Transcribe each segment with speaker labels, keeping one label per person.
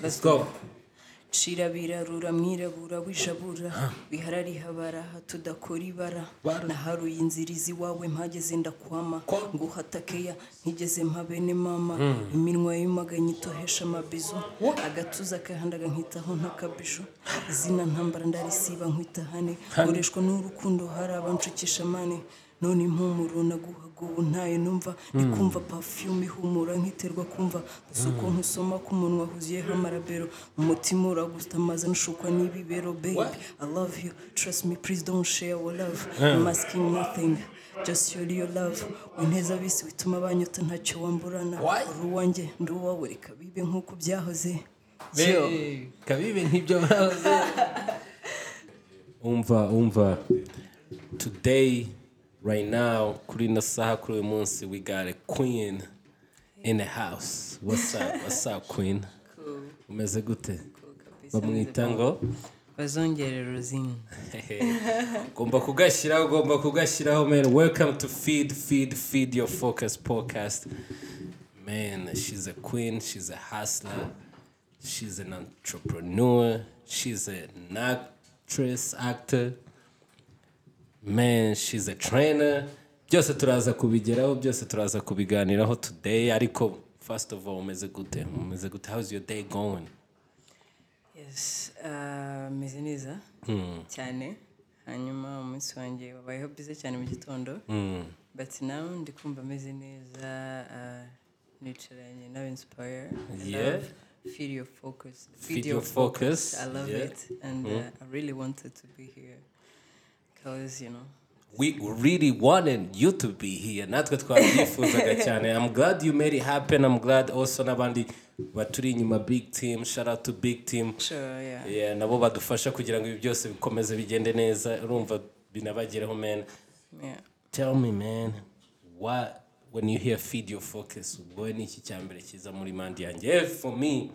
Speaker 1: Let's
Speaker 2: go.
Speaker 1: Nshirabirarura mwirabura wijabura bihararihabaraha tudakora ibara
Speaker 2: Bara.
Speaker 1: naharuye inzirizi iwawe mpageze ndakwama nguhatakeya ntigeze mpa bene mama iminwa yumaganye itohesha amabizu agatuza kahandaga nkitaho ntakabiju izina ntambara ndarisiba nkwitahane koreshwa n'urukundo hari abanshukisha mane none impumuro naguhaga ubu ntayo numva ndikumva perfume ihumura nkiterwa kumva gusa uko nkusoma ku munwa huzuyeho amarabero umutima uragusta amaze nshukwa n'ibibero babe i love you trust me please don't share your love i'm asking nothing just your real love wineza bisi bituma banyota ntacyo wamburana
Speaker 2: Why?
Speaker 1: uri uwanjye ndi uwawe reka bibe nk'uko byahoze Yo.
Speaker 2: Be- kabibe nk'ibyo bahoze umva umva today right now kuri ino saha kuri uyu munsi we got a queen in the house what's up what's up queen umeze gute bamwita ngo
Speaker 1: bazongerera uruzini
Speaker 2: ugomba kugashyiraho ugomba kugashyiraho man welcome to feed feed feed your focus podcast man she's a queen she's a hustler she's an entrepreneur she's an actress actor man she's a trainer byose turaza kubigeraho byose turaza kubiganiraho today ariko first of all umeze gute umeze gute how's your day going
Speaker 1: yes ah, meze neza
Speaker 2: Hmm.
Speaker 1: cyane hanyuma umunsi wanjye wabayeho byiza cyane mu gitondo
Speaker 2: Hmm.
Speaker 1: but now ndi kumva meze neza ah, nicaranye na inspire I
Speaker 2: Yeah.
Speaker 1: love feel your focus
Speaker 2: Feed your focus,
Speaker 1: i love
Speaker 2: yeah. Hmm.
Speaker 1: it and uh, i really wanted to be here because you know
Speaker 2: we really wanted you to be here natwe twabyifuzaga cyane i'm glad you made it happen i'm glad also n'abandi baturi inyuma big team shout out to big team
Speaker 1: sure yeah
Speaker 2: yeah, nabo badufasha kugira ngo ibi byose bikomeze bigende neza urumva binabagereho man
Speaker 1: yeah
Speaker 2: tell me man what when you hear feed your focus ubwo ni iki cya mbere cyiza muri mandi yanjye Eh, for me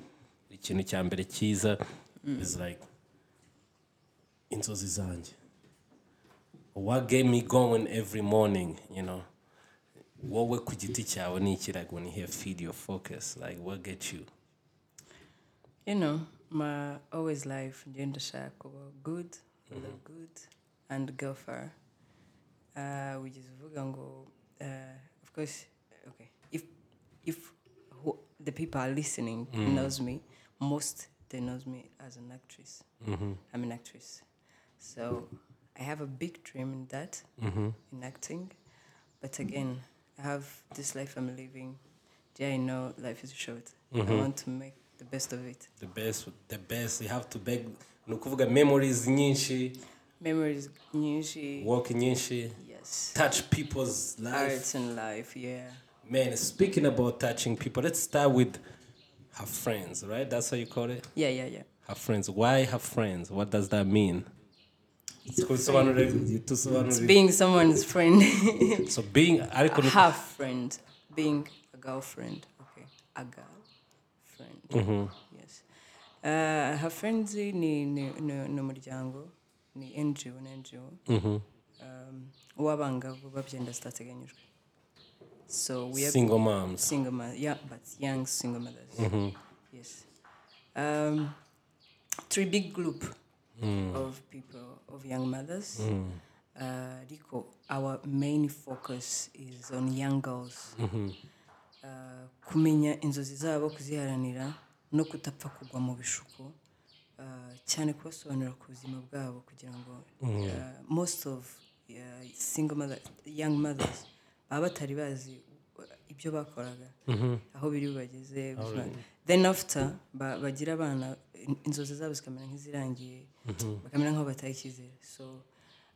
Speaker 2: ikintu cya mbere cyiza is like inzozi zanjye what gave me going every morning you know wowe ku giti cyawe ni iki like when you hear feed your focus like what get you
Speaker 1: you know, my always life gender shaka kuba good, look good and go far. Uh which is vugango uh of course okay. If if who, the people are listening knows me, most they knows me as an actress. I'm an actress. So I have a big dream in that, in acting. But again, I have this life I'm living. Yeah, I know life is short. I want to make the best of it.
Speaker 2: the best the best you have to beg ni ukuvuga memories nyinshi
Speaker 1: Memories, nyinshi,
Speaker 2: work nyinshi
Speaker 1: yes.
Speaker 2: touch people's life
Speaker 1: Arts in life, yeah.
Speaker 2: Man, speaking about touching people, let's start with her friends, right? That's how you call it?
Speaker 1: Yeah, yeah, yeah.
Speaker 2: Her friends. Why her friends? What does that mean? Tusobanurire- tusobanurire.
Speaker 1: Being someone's friend,
Speaker 2: So being ariko ni-
Speaker 1: half friend, being a girlfriend, okay, a girlfriend, yes. Uh, her friends ni ni ni ni umuryango, ni NGO, ni NGO. Um, uwabangavu babyenda zitateganyijwe. So we are
Speaker 2: single moms.
Speaker 1: single mother, yeah, but young single mothers. Yes. Um, three big group of people of young mothers. Uh, Rico, our main focus is on young girls. Uh, kumenya inzozi zabo kuziharanira no kutapfa kugwa mu bishuko uh, cyane kubasobanurira ku buzima bwabo kugira ngo
Speaker 2: Mm.
Speaker 1: uh, most of uh, single mother, young mothers baba batari bazi ibyo bakoraga
Speaker 2: Mm-hmm.
Speaker 1: aho biri bageze then after ba- bagira abana in- inzozi zabo zikamera nk'izirangiye
Speaker 2: Mm-hmm.
Speaker 1: bakamera nk'aho bataye icyizere so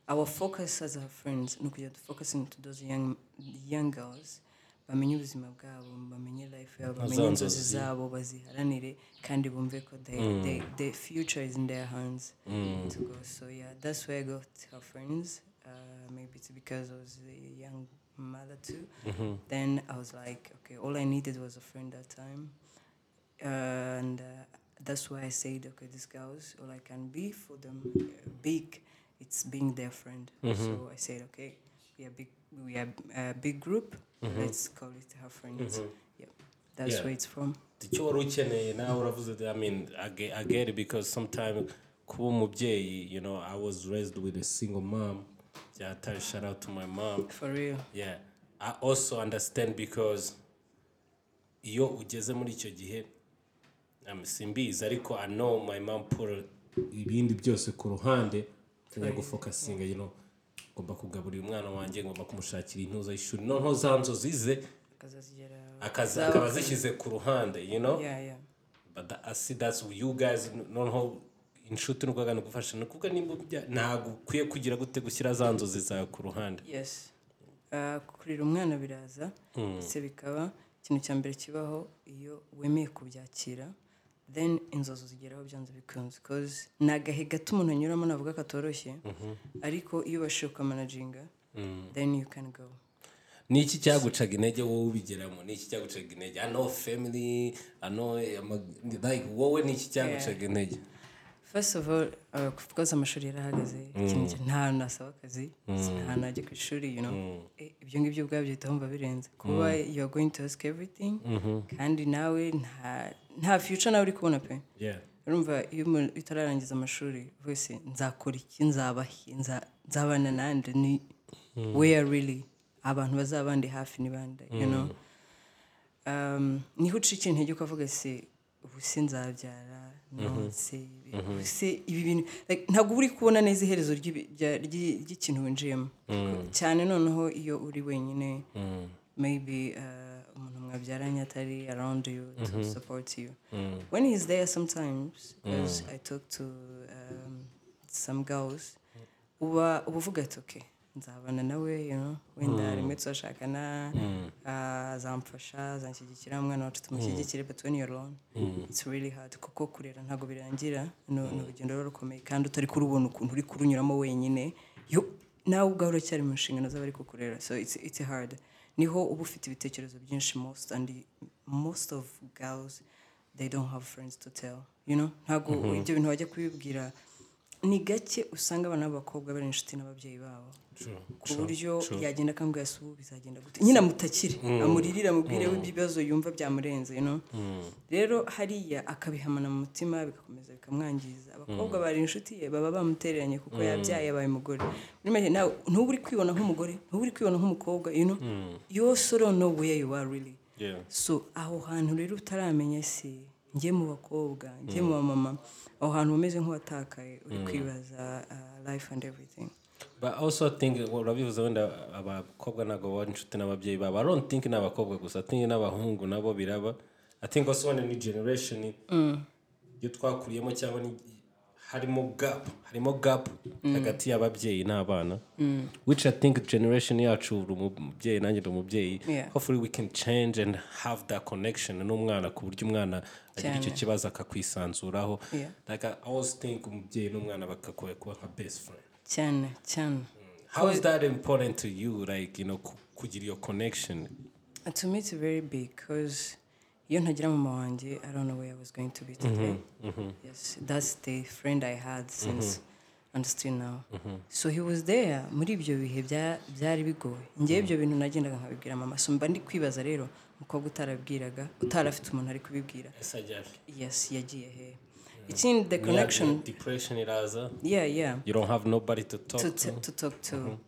Speaker 1: our focus as our friends ni ukujya dufocusingi to those young, young girls bamenye ubuzima bwabo bamenye life yabo bamenye
Speaker 2: za
Speaker 1: inzozi
Speaker 2: nzozi.
Speaker 1: zabo baziharanire kandi bumve ko the, the, the future is in their hands to go so yeah that's where i got her friends uh, maybe it's because i was a young mother too then i was like okay all i needed was a friend that time and uh, that's why I said, okay, these girls, all I can be for them, uh, big, it's being their friend.
Speaker 2: Mm-hmm.
Speaker 1: So I said, okay, we are uh, big, we are a big group. Let's call it her friends. Yep, that's
Speaker 2: Mm-hmm. Yeah.
Speaker 1: where it's from.
Speaker 2: icyo wari ukeneye nawe uravuze i mean I get- I get it because sometimes kuba umubyeyi you know i was raised with a single mom byatari shout out to my mom
Speaker 1: for real
Speaker 2: yeah i also understand because iyo ugeze muri icyo gihe um, simbizi ariko i know my mom put ibindi byose ku ruhande njya gufokasinga you know ngomba kugaburira umwana wanjye ngomba kumushakira intuza y'ishuri noneho za nzozi ze
Speaker 1: akazazigeraho
Speaker 2: eh? akaza- akaba zishyize ku ruhande you know
Speaker 1: yeah yeah
Speaker 2: but tha- I see that's what you guys noneho inshuti n'urwagana gufasha ni ukuvuga nimba ubya- ntabwo ukwiye kugira gute gushyira za nzozi zawe ku ruhande
Speaker 1: yes Uh, kurera umwana biraza ndetse bikaba ikintu cya mbere kibaho iyo wemeye kubyakira then inzozi zigeraho byanze bikunze because ni agahe gato umuntu anyuramo navuga katoroshye ariko iyo ubashije ukamanaginga then you can go
Speaker 2: ni iki cyagucaga intege wowe ubigeramo ni iki cyagucaga intege i know family i know eh, ama- like wowe ni iki cyagucaga intege
Speaker 1: first of all uh, of course amashuri yarahagaze ikintu cya- nta hantu nasaba akazi nta hantu najya ku ishuri you know Eh, ibyo ngibyo ubwabyo uhita wumva birenze kuba you are going to ask everything kandi nawe nta nta future nawe uri kubona pe
Speaker 2: yeah
Speaker 1: urumva iyo umuntu utararangiza amashuri wese nzakora iki nzaba he? Nza- nzabana nande ni where really abantu bazabande hafi ni bande you know um, niho uca ikintu intege ukavuga se ubu se nzabyara nonse ubu se ibi bintu like, ntabwo uba uri kubona neza iherezo ry'ibi- rya- ry'i- ry'ikintu winjiyemo cyane noneho iyo uri wenyine maybe uh, umuntu mwabyaranye atari around you to support you when he's there sometimes as i talk to um, some girls uba uba uvuga ati okay nzabana nawe you know wenda rimwe tuzashakana ah, azamfasha azanshyigikira umwana wacu tumushyigikire but when you're alone it's really hard kuko kurera ntabwo birangira ni ni urugendo ruba rukomeye kandi utari kurubona ukuntu uri kurunyuramo wenyine yo- nawe ubwawe uracyari mu nshingano z'abari kukurera so it's, it's hard niho uba ufite ibitekerezo byinshi most and most of girls they don't have friends to tell you know ntabwo ibyo bintu wajya kubibwira ni gake usanga abana b'abakobwa bari inshuti n'ababyeyi babo ku buryo yagenda akambwira se ubu bizagenda gute nyine amutakire amuririre amubwire ibibazo yumva byamurenze you know? rero hariya akabihamana mu mutima bigakomeza bikamwangiza abakobwa bari inshuti ye baba bamutereranye kuko yabyaye yabaye umugore Muri make, nawe ntuba uri kwibona nk'umugore ntuba uri kwibona nk'umukobwa you know? you also don't know where you are really
Speaker 2: yeah
Speaker 1: so aho hantu rero utaramenya se njye mu bakobwa njye mu bamama aho hantu umeze nk'uwatakaye uri kwibaza ah, life and everything
Speaker 2: but also I think urabivuze wenda abakobwa ntabwo baba inshuti n'ababyeyi babo i don't think ni abakobwa gusa i think n'abahungu nabo biraba i think also wenda ni generation
Speaker 1: Mm.
Speaker 2: iyo twakuriyemo cyangwa ni harimo gap harimo gap
Speaker 1: Mm.
Speaker 2: hagati y'ababyeyi n'abana which i think generation yacu uri umubyeyi nanjye ndi umubyeyi
Speaker 1: Yeah.
Speaker 2: hopefully we can change and have that connection n'umwana ku buryo umwana agira icyo kibazo akakwisanzuraho
Speaker 1: Yeah.
Speaker 2: like i always think umubyeyi n'umwana bakagoye kuba nka best friend
Speaker 1: cyane cyane
Speaker 2: How is that important to you? Like, you know, ku- kugira your connection.
Speaker 1: And Uh, to me it's very big because iyo ntagira mama wanjye i don't know where i was going to be today yes that's the friend i had since and still now so he was there muri ibyo bihe bya- byari bigoye ngewe ibyo bintu nagendaga nkabibwira mama so mba ndi kwibaza rero umukobwa utarabwiraga utarafite umuntu ari kubibwira yes yagiye he ikindi the connection
Speaker 2: Depression iraza.
Speaker 1: yeah yeah
Speaker 2: You don't have nobody to talk
Speaker 1: to,
Speaker 2: to. Mm-hmm.
Speaker 1: t- to talk to.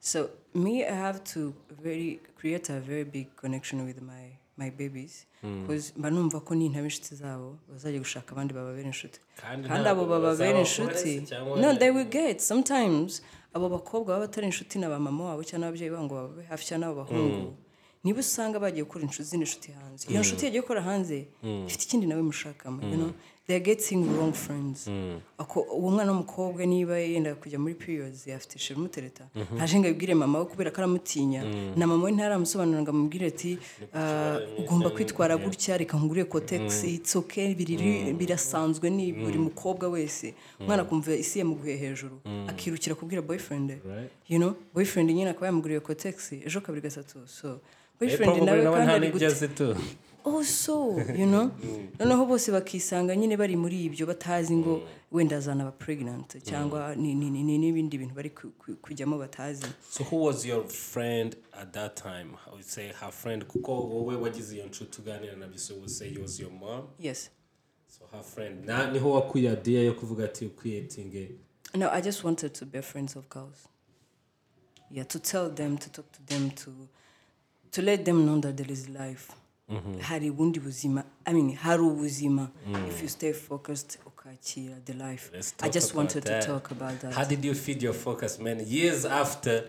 Speaker 1: So me, I have to very create a very big connection with my my babies
Speaker 2: Mm.
Speaker 1: because mba numva ko nintaba inshuti zabo bazajya gushaka abandi bababera inshuti
Speaker 2: Kandi
Speaker 1: kandi
Speaker 2: ntabwo
Speaker 1: abo bababera
Speaker 2: bazaba
Speaker 1: inshuti
Speaker 2: foresi cyangwa
Speaker 1: no
Speaker 2: wenda-
Speaker 1: they will get sometimes abo bakobwa baba batari inshuti na ba mama wabo cyangwa n'ababyeyi babo ngo bababe hafi cyangwa n'abo bahungu
Speaker 2: Mm.
Speaker 1: niba usanga bagiye gukora inshuti zindi nshuti hanze iyo nshuti yagiye gukora hanze
Speaker 2: Mm.
Speaker 1: ifite ikindi nawe mushakamo you know they are getting wrong friends
Speaker 2: Mm.
Speaker 1: ako uwo mwana w'umukobwa niba yenda kujya muri periods afite shiru umutereta ntaje ngo abibwire mama we kubera ko aramutinya na mama we ntaramusobanurira ngo amubwire ati "Ah, ugomba kwitwara gutya reka nkugurire kotegisi it's okay biriri- birasanzwe ni buri mukobwa wese umwana akumva isi yamuguye hejuru akirukira kubwira boyfriend
Speaker 2: Right.
Speaker 1: you know boyfriend nyine akaba yamuguriye kotegisi ejo kabiri gatatu so boyfriend
Speaker 2: Eh, Probably
Speaker 1: nawe
Speaker 2: no one
Speaker 1: kandi
Speaker 2: had
Speaker 1: ari
Speaker 2: it
Speaker 1: gute
Speaker 2: just it too.
Speaker 1: also Oh, you know
Speaker 2: Mm.
Speaker 1: noneho bose bakisanga nyine bari muri ibyo batazi ngo wenda azanaba pregnant cyangwa
Speaker 2: Mm.
Speaker 1: ni- ni- ni- ni- n'ibindi bintu bari ku- ku- kujyamo batazi
Speaker 2: so who was your friend at that time i would say her friend kuko wowe wagize iyo nshuti uganira nabyo so we would say it was your mom
Speaker 1: yes
Speaker 2: so her friend na niho wakuye idea yo kuvuga ati ukwiyetinge
Speaker 1: No, I just wanted to be friends of girls. Yeah, to tell them, to talk to them, to to let them know that there is life.
Speaker 2: Mm-hmm.
Speaker 1: Hari wundi buzima. I mean, haru buzima. If you stay focused, ukachira the life.
Speaker 2: Mm. Let's
Speaker 1: I
Speaker 2: talk
Speaker 1: just
Speaker 2: about
Speaker 1: wanted
Speaker 2: that.
Speaker 1: to talk about that.
Speaker 2: How did you feed your focus, man? Years after,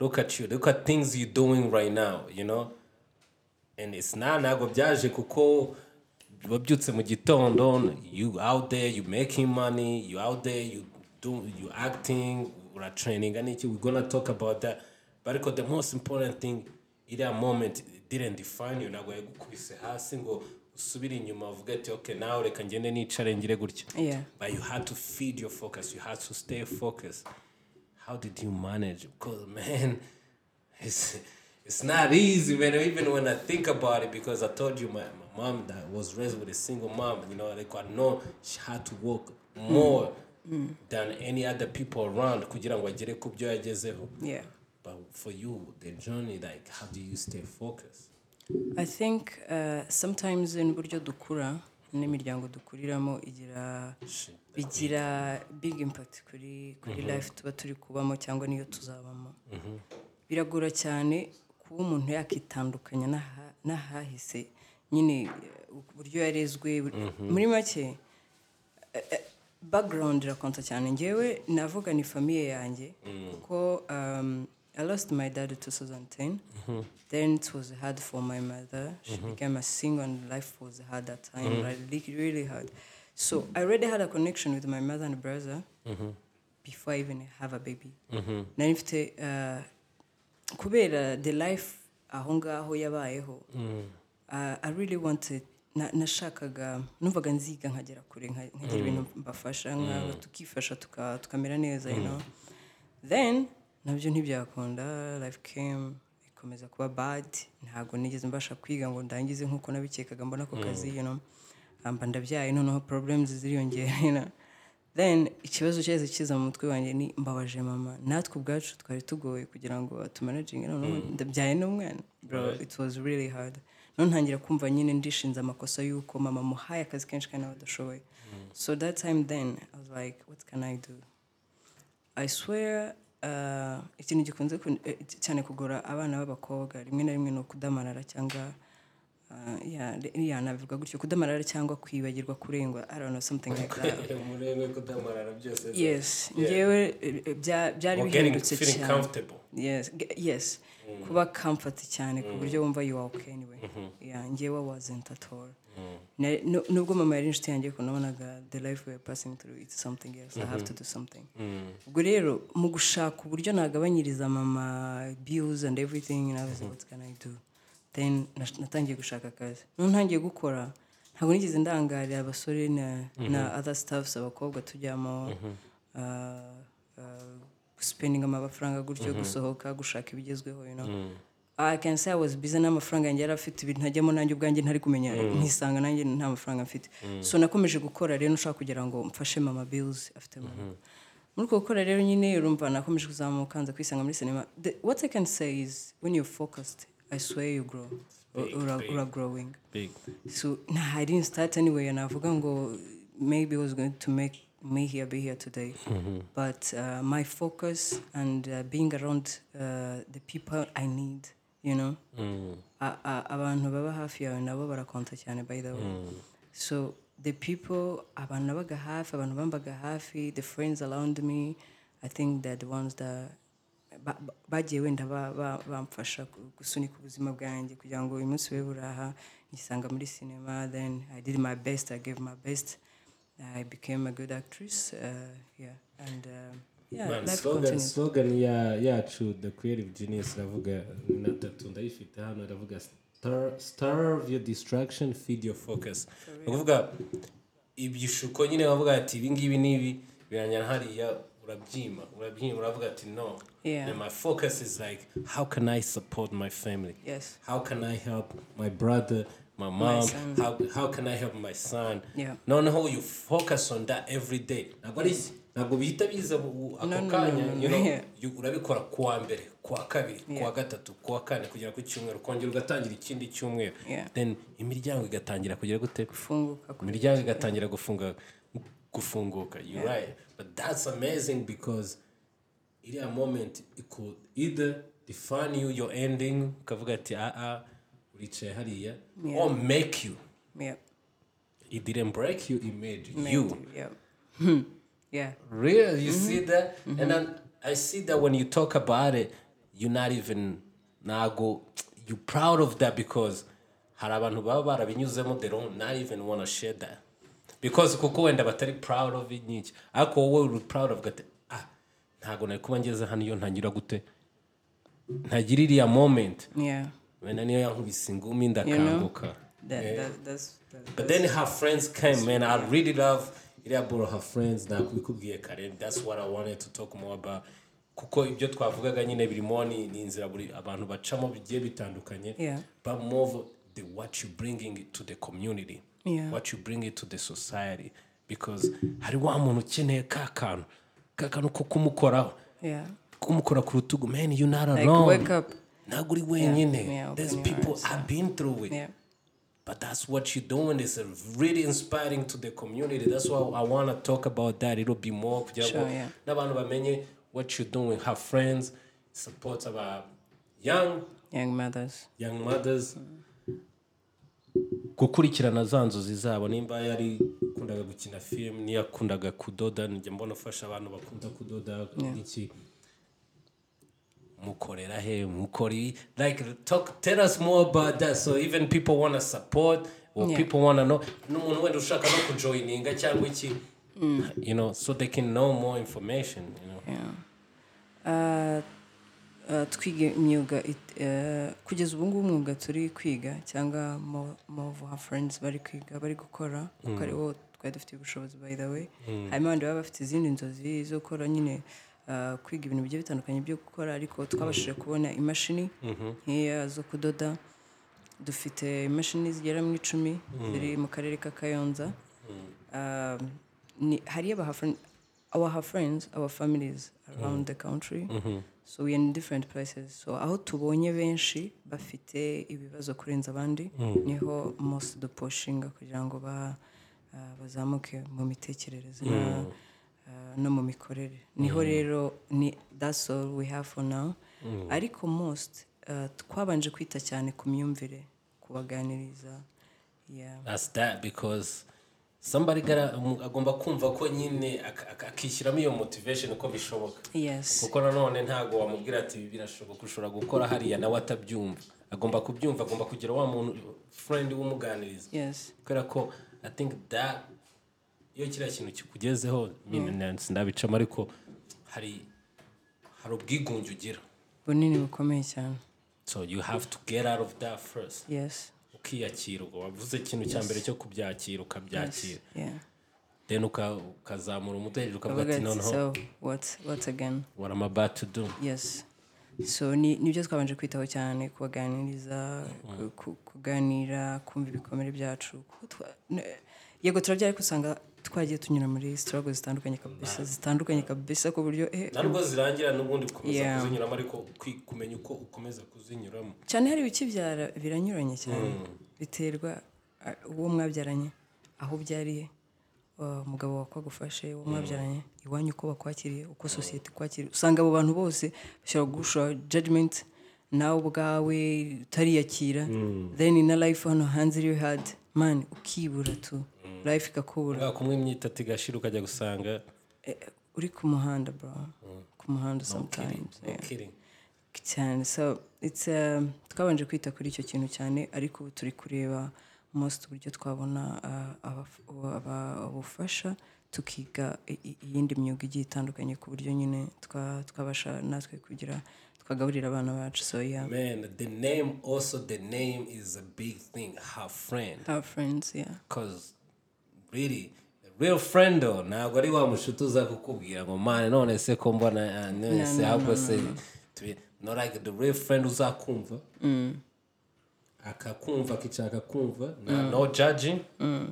Speaker 2: look at you, look at things you're doing right now, you know? And it's not ntabwo byaje kuko wabyutse mu gitondo, you out there, you making money, you out there, you do, you acting, ura training, and we're gonna talk about that. But ariko the most important thing, in that moment, it didn't define you, ntabwo yagukubise hasi ngo usubire inyuma uvuge ati okay nawe reka ngende nicare ngire gutya
Speaker 1: Yeah.
Speaker 2: but you had to feed your focus. You had to stay focused. How did you manage? Because man, it's it's not easy, man. Even when I think about it, because I told you my, my mom that was raised with a single mom. You know, like I know she had to work more than any other people around. kugira ngo agere ku byo yagezeho.
Speaker 1: Yeah.
Speaker 2: But for you, the journey, like, how do you stay focused?
Speaker 1: I think uh, sometimes in buryo dukura n'imiryango dukuriramo igira bigira big impact kuri kuri life tuba turi kubamo cyangwa niyo tuzabamo biragora cyane kuba umuntu yakitandukanya n'aha- n'ahahise nyine eh, uburyo yarezwe bur- muri make eh, eh, background irakonta cyane ngewe navuga ni famiye yanjye kuko um, I lost my dad in 2010 then it was hard for my mother she became a single and life was hard at time like, really hard so I already had a connection with my mother and brother before I even have a baby nari mfite uh, kubera the life aho ngaho yabayeho uh, I really wanted na- nashakaga numvaga nziga nkagera kure nka- nkagira ibintu mbafasha nka- tukifasha tuka- tukamera neza you know then nabyo ntibyakunda life came ikomeza kuba bad ntabwo nigeze mbasha kwiga ngo ndangize nk'uko nabikekaga mbona ako kazi you know Ah, mba ndabyaye noneho problems ziriyongera you know then ikibazo cyahise kiza mu mutwe wanjye ni mbabaje mama natwe ubwacu twari tugoye kugira ngo atumanaginge noneho ndabyaye n'umwana bro it was really hard none ntangira kumva nyine ndishinze amakosa y'uko mama muhaye akazi kenshi kandi nawe adashoboye so that time then i was like what can i do I swear uh, ikintu gikunze kun- eh, cyane kugora abana b'abakobwa rimwe na rimwe ni ukudamarara cyangwa uh, yeah, re- yeah, nabivuga gutyo kudamarara cyangwa kwibagirwa kurengwa I don't know something like that
Speaker 2: Murebe kudamarara byose.
Speaker 1: yes ngewe eh, eh, bya- byari
Speaker 2: Or getting
Speaker 1: bihindutse
Speaker 2: feeling Mm.
Speaker 1: cyane
Speaker 2: comfortable.
Speaker 1: yes ge- yes kuba comfort cyane
Speaker 2: Mm.
Speaker 1: ku buryo wumva you are okay anyway
Speaker 2: Mm-hmm.
Speaker 1: yeah njyewe wasn't at all
Speaker 2: Mm.
Speaker 1: Na- nu- nubwo mama yari inshuti yanjye ko nabonaga the life we are passing through it's something else i have
Speaker 2: Mm-hmm.
Speaker 1: to do something ubwo rero mu gushaka uburyo nagabanyiriza mama bills and everything and I was like, what can i do then nash- natangiye gushaka akazi noneho ntangiye gukora ntabwo nigeze ndangarira abasore na, na other staffs abakobwa tujyamo uh, uh, spending amafaranga gutyo gusohoka gushaka ibigezweho you know I can say I was busy n'amafaranga yanjye yari afite ibintu ntajyamo nanjye ubwanjye ntari kumenya nkisanga nanjye nta mafaranga mfite so nakomeje gukora rero nushaka kugira ngo mfashe mama bills afite mu rugo muri uko gukora rero nyine urumva nakomeje kuzamuka nza kwisanga muri sinema The- what I can say is when you're focused I swear you grow Ura- ura- ura growing
Speaker 2: Big.
Speaker 1: so nah, I didn't start anywhere, and I forgot go. Maybe it was going to make me here be here today, but uh, my focus and uh, being around uh, the people I need, you know, A- a- abantu baba hafi yawe nabo barakonta cyane by the way. So the people abantu nabaga hafi, abantu bambaga hafi, the friends around me, I think they're the ones that ba- ba- bagiye wenda ba- ba- bamfasha ku- gusunika ubuzima bwanjye kugira ngo uyu munsi ube buraha nyisanga muri cinema then i did my best i gave my best i became a good actress uh, yeah and uh, yeah
Speaker 2: Man,
Speaker 1: life
Speaker 2: slogan,
Speaker 1: continues
Speaker 2: slogan ya, yacu the creative genius iravuga na tatu ndayifite hano iravuga "Star- starve your distraction feed your focus ni ukuvuga ibyishuko nyine bavuga ati ibi ngibi n'ibi biranyara hariya urabyima urabyima uravuga ati no
Speaker 1: Yeah.
Speaker 2: And my focus is like how can i support my family
Speaker 1: Yes.
Speaker 2: how can i help my brother my mom
Speaker 1: son.
Speaker 2: how, how can i help my son
Speaker 1: Yeah.
Speaker 2: noneho you focus on that every day ntabwo ari ntabwo bihita biza bu- bu-
Speaker 1: No,
Speaker 2: ako
Speaker 1: no,
Speaker 2: kanya
Speaker 1: no, no,
Speaker 2: you
Speaker 1: no,
Speaker 2: know,
Speaker 1: yeah.
Speaker 2: you- urabikora kuwa mbere kuwa kabiri kuwa
Speaker 1: Yeah.
Speaker 2: gatatu kuwa kane kugera ku cyumweru ukongera ugatangira ikindi cyumweru
Speaker 1: Yeah.
Speaker 2: then imiryango igatangira kugera gute
Speaker 1: Funguka kugera
Speaker 2: imiryango igatangira gufunga gufunguka you right but that's amazing because iriya moment it could either define you your ending ukavuga ati ah ah uricaye hariya or make you
Speaker 1: Yeah.
Speaker 2: it didn't break you it made
Speaker 1: Made
Speaker 2: you
Speaker 1: you, Yeah. Hmm. yeah.
Speaker 2: real you see that and then i see that when you talk about it you're not even nago you proud of that because hari abantu baba barabinyuzemo they don't not even want to share that because kuko wenda batari proud of it nyinshi ariko wowe uri proud of gate ah ntago nari kuba ngeze hano iyo ntagira gute ntagira iriya moment
Speaker 1: Yeah.
Speaker 2: wenda niyo yankubise ingumi ndakanguka
Speaker 1: That, that, that's, that,
Speaker 2: But then her friends came, man. I really love it about her friends. Now we could get Karen. That's what I wanted to talk more about. kuko ibyo twavugaga nyine birimo ni ni inzira buri abantu bacamo bigiye bitandukanye
Speaker 1: Yeah.
Speaker 2: but more the what you bringing to the community
Speaker 1: Yeah.
Speaker 2: what you bring it to the society because hari wa muntu ukeneye ka kantu ka kantu ko kumukoraho
Speaker 1: yeah.
Speaker 2: kumukora ku rutugu man you not
Speaker 1: Like
Speaker 2: alone
Speaker 1: wake up.
Speaker 2: ntabwo uri wenyine
Speaker 1: yeah,
Speaker 2: there's
Speaker 1: open your
Speaker 2: people
Speaker 1: eyes,
Speaker 2: I've been through it
Speaker 1: Yeah.
Speaker 2: but that's what you're doing is uh, really inspiring to the community. That's why I want to talk about that. It'll be more.
Speaker 1: Sure, yeah.
Speaker 2: n'abantu bamenye what you're doing. Have friends, support our young
Speaker 1: Young mothers.
Speaker 2: young mothers. gukurikirana za nzozi zabo nimba yari kundaga gukina filime niyo yakundaga kudoda njya mbona ufasha abantu bakunda kudoda iki mukorera he mukora ibi like talk tell us more about that so even people wanna support or
Speaker 1: Yeah.
Speaker 2: people wanna know n'umuntu wenda ushaka no kujoininga cyangwa iki you know so they can know more information you know
Speaker 1: Yeah. Uh, uh, twige imyuga it- uh, kugeza ubu ngubu umwuga turi kwiga cyangwa mova friends bari kwiga bari gukora kuko ari wo twari dufite ubushobozi by the way hanyuma abandi baba bafite izindi nzozi zo gukora nyine uh, kwiga ibintu bigiye bitandukanye byo gukora ariko twabashije kubona imashini nkeya zo kudoda dufite imashini zigera mu icumi ziri mu karere ka kayonza um, ni- hariyo aba friends our her friends our families around the country so we are in different places so aho tubonye benshi bafite ibibazo kurenza abandi niho most duposhinga kugira ngo ba uh, bazamuke mu mitekerereze na uh, no mu mikorere niho rero ni that's all we have for now ariko most uh, twabanje kwita cyane ku myumvire kubaganiriza yeah.
Speaker 2: that's that because somebody gotta um, agomba kumva ko nyine ak- ak- akishyiramo iyo motivation uko bishoboka
Speaker 1: yes
Speaker 2: kuko nanone ntabwo wamubwira ati "Ibi birashoboka ushobora gukora hariya nawe atabyumva agomba kubyumva agomba kugira wa muntu friend wumuganiriza
Speaker 1: yes
Speaker 2: kubera ko i think that iyo kiriya kintu kikugezeho nyine na- sindabicamo ariko hari hari ubwigunge ugira
Speaker 1: bunini bukomeye cyane
Speaker 2: so you have to get out of that first
Speaker 1: yes
Speaker 2: ukiyakira ubwo wavuze ikintu cya mbere cyo kubyakira ukabyakira
Speaker 1: yeah
Speaker 2: then uka- ukazamura umutwe hejuru ukavuga
Speaker 1: Bavuga
Speaker 2: ati
Speaker 1: ati,
Speaker 2: noneho
Speaker 1: so what what again
Speaker 2: what am I about to do
Speaker 1: yes so ni nibyo twabanje kwitaho cyane kubaganiriza ku- ku- kuganira kumva ibikomere byacu kuko twa- ne- yego turabyara ariko usanga twagiye tunyura muri struggle zitandukanye kabisa zitandukanye kabisa ku buryo eh,
Speaker 2: ntabwo zirangira n'ubundi ukomeza
Speaker 1: Yeah.
Speaker 2: kuzinyuramo ariko kwi- kumenya uko ukomeza kuzinyuramo
Speaker 1: cyane hari ibikibyara biranyuranye cyane biterwa ah, uwo mwabyaranye aho ubyariye ah, umugabo wakwagufashe uwo mwabyaranye iwanyu uko bakwakiriye uko sosiyete ikwakiriye usanga abo bantu bose bashobora gushora judgment nawe ubwawe utariyakira then na life hano hanze iriyo had man ukibura tu life ikakubura
Speaker 2: kubera kumwe imyitati igashira ukajya gusanga
Speaker 1: Eh, uri ku muhanda bro ku muhanda sometimes yeah.
Speaker 2: kidding.
Speaker 1: cyane so it's um, twabanje kwita kuri icyo kintu cyane ariko ubu turi kureba most uburyo twabona uh, abaf- aba- ubufasha tukiga i- i- iyindi myuga igiye itandukanye ku buryo nyine twa- twabasha natwe kugira twagaburira abana bacu so yeah
Speaker 2: man the name also the name is a big thing her friend
Speaker 1: our friends yeah
Speaker 2: because really the real friend though ntabwo ari wa mushuti uza kukubwira ngo mane none se ko mbona ah, none se ahubwo se tubi- no like the real friend uzakumva akakumva akishaka kumva na no judging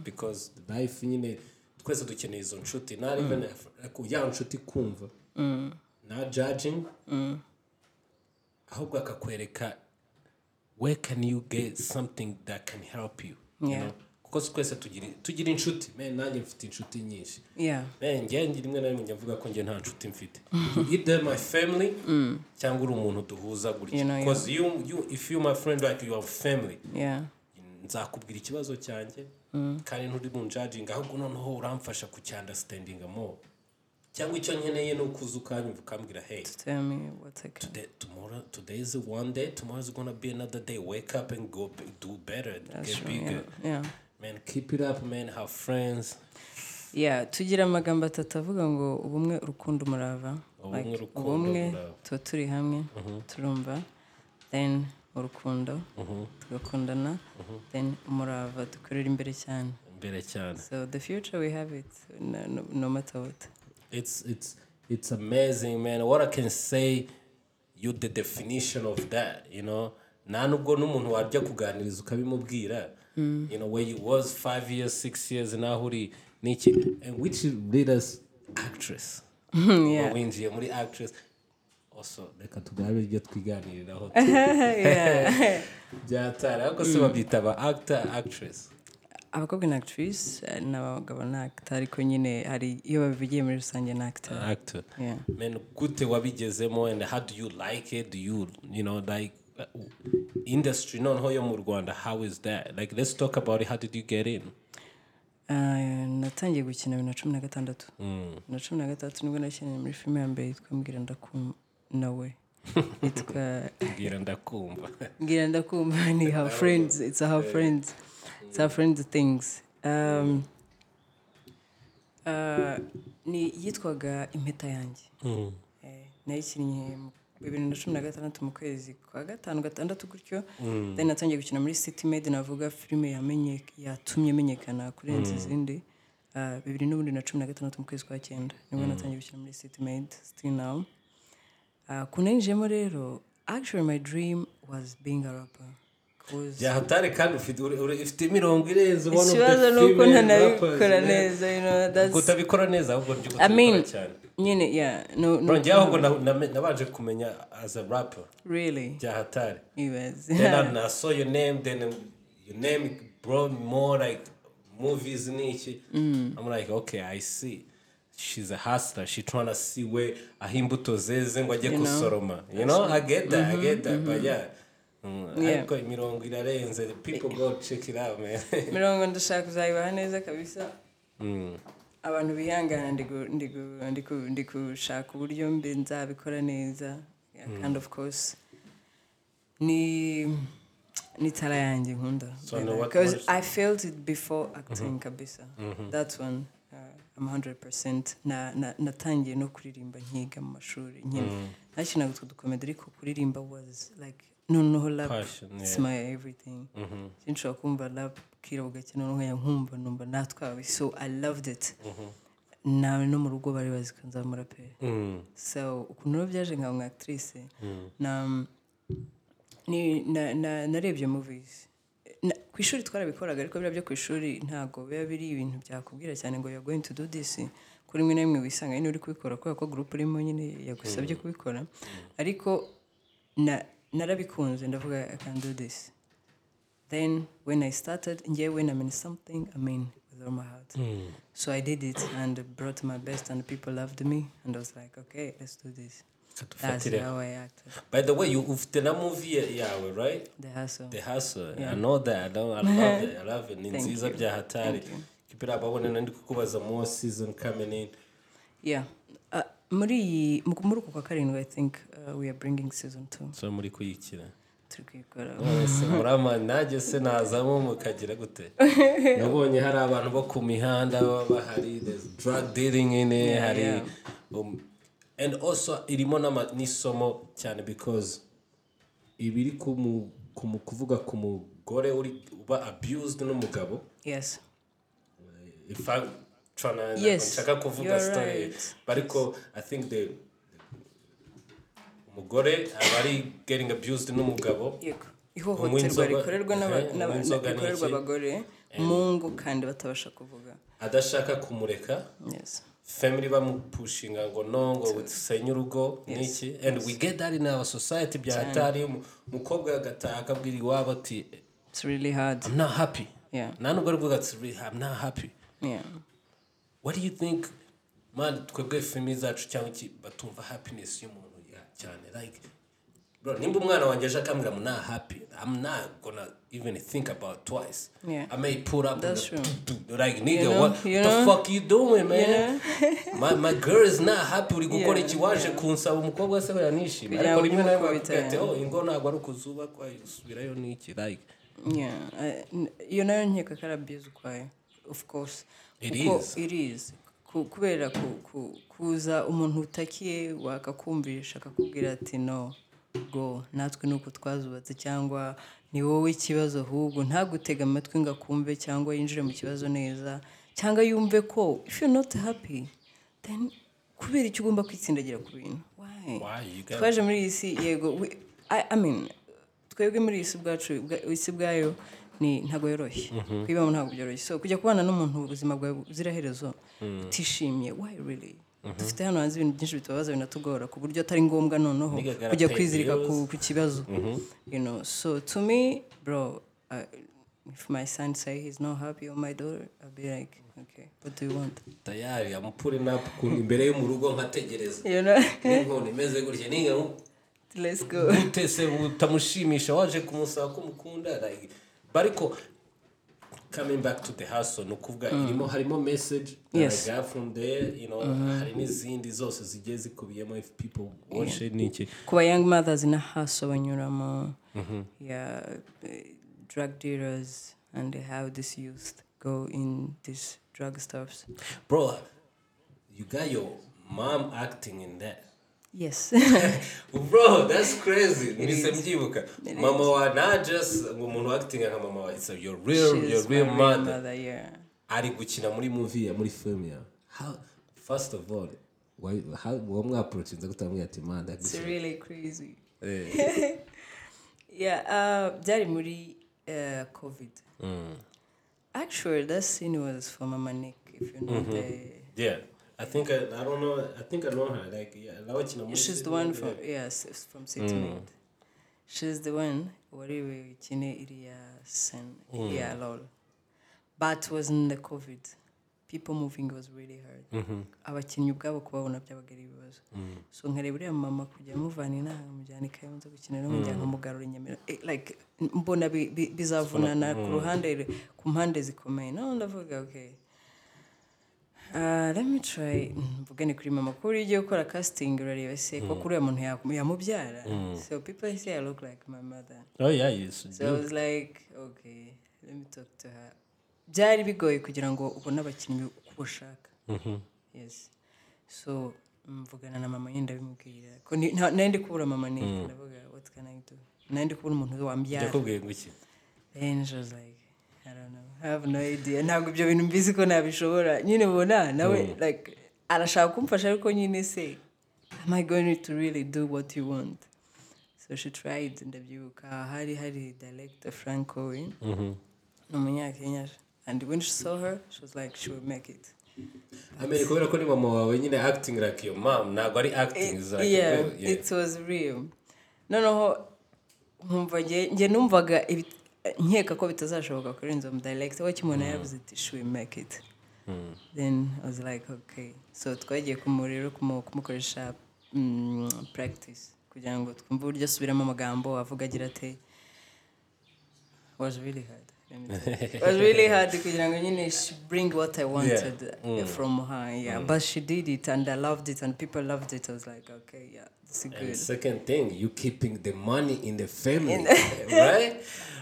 Speaker 2: because life nyine twese dukeneye izo nshuti not even if- ya nshuti kumva na judging ahubwo akakwereka where can you get something that can help you you
Speaker 1: Yeah.
Speaker 2: know? kuko twese tugira tugira inshuti man nanjye mfite inshuti nyinshi
Speaker 1: yeah
Speaker 2: Man, njye ngira rimwe na rimwe njya mvuga ko njye nta nshuti mfite either my family cyangwa uri umuntu duhuza
Speaker 1: Mm. You
Speaker 2: gutya
Speaker 1: know,
Speaker 2: because you, you, if you my friend like you have family
Speaker 1: yeah
Speaker 2: nzakubwira ikibazo cyanjye
Speaker 1: Mm.
Speaker 2: kandi nturi bunjajinga ahubwo noneho uramfasha kucyandastandinga mo cyangwa icyo nkeneye ni ukuza ukanyumva ukambwira hey
Speaker 1: to tell me what i can
Speaker 2: today, tomorrow, today is one day tomorrow is gonna be another day wake up and go b- do better
Speaker 1: that's
Speaker 2: get
Speaker 1: true
Speaker 2: bigger
Speaker 1: yeah, yeah
Speaker 2: man keep it up man have friends
Speaker 1: yeah tugira amagambo atatu avuga ngo ubumwe urukundo umurava
Speaker 2: Ubumwe,
Speaker 1: Like,
Speaker 2: urukundo,
Speaker 1: ubumwe
Speaker 2: umurava. Mm-hmm.
Speaker 1: tuba turi hamwe turumva then urukundo
Speaker 2: Mm-hmm.
Speaker 1: tugakundana then umurava dukorera imbere cyane
Speaker 2: imbere cyane
Speaker 1: so the future we have it no, no, no matter what
Speaker 2: it's it's it's amazing man what i can say you the definition of that you know nta nubwo n'umuntu wajya kuganiriza ukabimubwira you know where you was five years six years naho uri n'iki and which lead us actress yeah. winjiye muri actress also reka tugarure ibyo twiganiriraho byatari ariko se babyita aba actor actress
Speaker 1: abakobwa ni actrice eh, n'abagabo ni actor ariko nyine hari iyo babivugiye muri rusange ni actor
Speaker 2: actor
Speaker 1: yeah
Speaker 2: man gute wabigezemo and how do you like it do you you know like uh, industry noneho yo mu rwanda how is that like let's talk about it how did you get in
Speaker 1: Uh, natangiye gukina bibiri na cumi na gatandatu bibiri na cumi na gatandatu nibwo nakinanye muri filime ya mbere yitwa mbwira ndakumva nawe yitwa
Speaker 2: mbwira ndakumva
Speaker 1: mbwira ndakumva ni how friends it's how friends it's how friends things um, uh, ni yitwaga impeta yanjye
Speaker 2: Mm.
Speaker 1: Eh, nayikinnye mu- bibiri na cumi na gatandatu mu kwezi kwa gatanu gatandatu gutyo
Speaker 2: Mm.
Speaker 1: then natangiye gukina muri city made navuga filime yamenye- yatumye menyekana kurenza
Speaker 2: Mm.
Speaker 1: izindi Ah, bibiri n'ubundi na cumi na gatandatu mu kwezi kwa cyenda nibwo
Speaker 2: Mm.
Speaker 1: natangiye gukina muri city made still now Ah, kunenjemo rero actually my dream was being a rapper 'Cause
Speaker 2: byahatare kandi ufite uri- uri- ufite imirongo irenze ubona ufite
Speaker 1: ikibazo ni uko
Speaker 2: female
Speaker 1: ntanabikora
Speaker 2: rappers, eh?
Speaker 1: neza you know that's
Speaker 2: kutabikora neza ahubwo njye
Speaker 1: I mean
Speaker 2: kutabikora cyane
Speaker 1: nyine yeah no no
Speaker 2: Bro, njye ahubwo na- na- nabanje kumenya as a rapper
Speaker 1: really
Speaker 2: byahatare
Speaker 1: ibaze
Speaker 2: then I, I saw your name then um, your name brought more like movies nichi mm. i'm like okay i see she's a hustler she trying to see where aho imbuto zeze ngo ajye kusoroma you Mm-hmm, know i get that i get that but yeah Mm,
Speaker 1: Yeah.
Speaker 2: ariko imirongo irarenze people go check it out man
Speaker 1: mirongo ndashaka kuzayibaha neza kabisa
Speaker 2: Mm,
Speaker 1: abantu bihangana ndi gu- ndi gu- ndi ku- ndi gushaka uburyo mbe nzabikora neza Yeah,
Speaker 2: Hmm.
Speaker 1: kandi of course ni ni tara yanjye nkunda
Speaker 2: So now what- Mm-hmm.
Speaker 1: because
Speaker 2: what is-
Speaker 1: i felt it before acting kabisa that's one uh, I'm 100% na, na, natangiye no kuririmba nkiga mu mashuri nyine
Speaker 2: Mm.
Speaker 1: nakinaga utwo dukomedi ariko kuririmba was like noneho love
Speaker 2: Passion, yeah.
Speaker 1: it's my everything Since nshobora kumva love kira bugakina nkajya nkumva numva natwawe so i loved it nawe no mu rugo bari bazi ko nzaba umuraperi
Speaker 2: mm.
Speaker 1: so ukuntu rero byaje nka mwa actrice na ni- na- na- narebye movies Na- ku ishuri twarabikoraga ariko biriya byo ku ishuri ntabwo biba biri ibintu byakubwira cyane ngo you're going to do this ko rimwe na rimwe wisanga nyine uri kubikora kubera ko gurupe urimo nyine yagusabye kubikora ariko na- narabikunze ndavuga i can do this then when i started njyewe na mean something i mean with all my heart so i did it and brought my best and people loved me and i was like okay let's do this that's
Speaker 2: Fatira.
Speaker 1: how i acted
Speaker 2: by the way you ufite na movie yawe right
Speaker 1: the hustle
Speaker 2: the hustle i know that i, know, I love it i love it ni nziza bya hatari keep it up abone nandi kukubaza more season coming in
Speaker 1: Yeah. Uh, muri iyi mu- muri uku kwa karindwi i think uh, we are bringing season two uh,
Speaker 2: so muri kuyikira
Speaker 1: turi kuyikora
Speaker 2: mwese murama nanjye se nazamo mukagira gute nabonye hari abantu bo ku mihanda baba bahari there's drug dealing in it hari
Speaker 1: yeah.
Speaker 2: um, and also irimo n'ama- n'isomo cyane because ibiri ku mu- ku mu- kuvuga ku mugore uri uba abused n'umugabo
Speaker 1: yes
Speaker 2: if I'm trying to
Speaker 1: Yes,
Speaker 2: nshaka kuvuga
Speaker 1: you're
Speaker 2: story
Speaker 1: right.
Speaker 2: ariko I think the umugore aba ari getting abused n'umugabo
Speaker 1: yego ihohoterwa
Speaker 2: Unywa inzoga-
Speaker 1: rikorerwa n'aba-
Speaker 2: Eh,
Speaker 1: n'aba-
Speaker 2: unywa inzoga
Speaker 1: rikorerwa
Speaker 2: n'iki?
Speaker 1: abagore mu ngo kandi batabasha kuvuga
Speaker 2: adashaka kumureka
Speaker 1: yes
Speaker 2: family bamupushinga ngo no ngo dusenye urugo n'iki and we get that in our society bya hatari umu- umukobwa agataha akabwira iwabo ati
Speaker 1: it's really hard
Speaker 2: i'm not happy
Speaker 1: Yeah.
Speaker 2: nta nubwo ari kuvuga ati "Really, i'm not happy
Speaker 1: yeah
Speaker 2: what do you think man twebwe family zacu cyangwa iki batumva happiness y'umuntu ya- cyane like bro nimba umwana wanjye aje akambwira ngo not happy i'm not gonna even think about twice
Speaker 1: Yeah.
Speaker 2: i may pull up
Speaker 1: That's
Speaker 2: the,
Speaker 1: true.
Speaker 2: like nigga
Speaker 1: know,
Speaker 2: what the
Speaker 1: you know.
Speaker 2: fuck you doing man my, my girl is not happy uri gukora
Speaker 1: Yeah,
Speaker 2: iki waje kunsaba umukobwa se yanishima
Speaker 1: Kugira
Speaker 2: ariko
Speaker 1: ngo
Speaker 2: rimwe na rimwe
Speaker 1: umwuka
Speaker 2: bakubwira ati
Speaker 1: ubitaye.
Speaker 2: oh ingo ntabwo ari ukuzubakwa isubirayo n'iki like
Speaker 1: Yeah, I- n- iyo nayo nkeka ko ari abuse ukwayo of course
Speaker 2: It
Speaker 1: kuko
Speaker 2: is.
Speaker 1: it is Ku- kubera ku- ku- kuza umuntu utakiye wakakumvisha akakubwira ati no go natwe ni uko twazubatse cyangwa ni wowe ikibazo ahubwo ntagutega amatwi ngo akumve cyangwa yinjire mu kibazo neza cyangwa yumve ko if you're not happy then kubera icyo ugomba kwitsindagira ku bintu why
Speaker 2: Why? You gotta-
Speaker 1: twaje muri iyi si yego we- I, I mean twebwe muri iyi si bwacu bwa- isi bwayo ni ntabwo yoroshye
Speaker 2: Mhm.
Speaker 1: kwibamo ntabwo byoroshye so kujya kubana n'umuntu ubuzima bwawe buziraherezo
Speaker 2: Mm.
Speaker 1: utishimye why really
Speaker 2: Mhm.
Speaker 1: dufite hano hanze ibintu byinshi bitubabaza binatugora ku buryo atari ngombwa noneho
Speaker 2: Nigga
Speaker 1: kujya
Speaker 2: gotta pay
Speaker 1: kwizirika ku,
Speaker 2: bills. Mhm.
Speaker 1: ku kibazo you know so to me bro uh, if my son say he's not happy or my daughter I'll be like okay what do you want
Speaker 2: tayari amupure nap imbere yo mu rugo nkategereza
Speaker 1: you know
Speaker 2: n'inkoni imeze gutya ninga
Speaker 1: let's go
Speaker 2: utese utamushimisha waje kumusaba ko umukunda like but ariko coming back to the hustle ni ukuvuga irimo harimo message that
Speaker 1: Mm. Yes. Mm-hmm.
Speaker 2: I got from there you know hari n'izindi zose zigiye zikubiyemo if people watch it n'iki
Speaker 1: kuba young mothers in a hustle banyuramo
Speaker 2: Mm-hmm.
Speaker 1: yeah uh, drug dealers and they have this youth go in these drug stuffs
Speaker 2: bro you got your mom acting in that
Speaker 1: yes
Speaker 2: bro that's crazy mise mbyibuka mama wa not just ngo umuntu acting nka mama wa it's a your real your
Speaker 1: She's my
Speaker 2: real mother
Speaker 1: yeah
Speaker 2: ari gukina muri movie ya muri film ya how first of all why how uwo mwaprochinze kutamubwira ati man
Speaker 1: it's
Speaker 2: ndagukina."
Speaker 1: really crazy
Speaker 2: Eh,
Speaker 1: yeah uh byari muri uh, covid
Speaker 2: Mm.
Speaker 1: actually that scene was for mama nick if you
Speaker 2: Mm-hmm.
Speaker 1: know the
Speaker 2: yeah i think I, i don't know i think i know her like yeah ndabakina muri
Speaker 1: She's the
Speaker 2: film,
Speaker 1: one
Speaker 2: yeah.
Speaker 1: from yes, it's from City Mate. She's the one wari wekine iriya sen iriya lol. But was in the COVID. People moving was really hard. Abakinnyi ubwabo kubabona byabaga ari ibibazo. So nkareba uriya mama kujya amuvana inaha amujyana i Kayonza gukina n'umuryango mugarura i Nyamira. Eh, Like mbona bi- bi- bizavunana ku ruhande ku mpande zikomeye. No ndavuga okay. Uh, let me try mvugane kuri mama kuko iyo ugiye gukora casting urareba se ko kuri uriya muntu yaku- yamubyara so people say I look like my mother
Speaker 2: oh yeah yes
Speaker 1: so I was like okay let me talk to her byari bigoye kugira ngo ubone abakinnyi uko ushaka yes so mvugana na mama yenda bimubwira ko ni- nta- nari ndi kubura mama ni ndavuga what can I do nari ndi kubura umuntu wambyara
Speaker 2: yakubwiye ngo iki
Speaker 1: then she was like i don't know i have no idea ntabwo ibyo bintu mbizi ko nabishobora nyine ubona nawe like arashaka kumfasha ariko nyine se am i going to really do what you want so she tried ndabyibuka hari hari director frank owen
Speaker 2: Mm-hmm.
Speaker 1: ni umunyakenya and when she saw her she was like she will make it
Speaker 2: amenye kubera ko ni mama wawe nyine acting like your mom ntabwo ari acting
Speaker 1: It-
Speaker 2: za
Speaker 1: yeah,
Speaker 2: yeah
Speaker 1: it was real noneho nkumva nge nge numvaga ibi- nkeka ko bitazashoboka kuri inzu mu director we kimuntu yaravuze ati she will make it then i was like okay so twagiye kumu- rero kumu- kumukoresha mm, practice kugira ngo twumve uburyo asubiramo amagambo avuga agira ate was really hard let me tell you. It was really hard kugira ngo nyine she bring what I wanted uh,
Speaker 2: Mm.
Speaker 1: from her yeah but she did it and I loved it and people loved it I was like okay yeah this is
Speaker 2: And
Speaker 1: good
Speaker 2: second thing, you keeping the money in the family, right?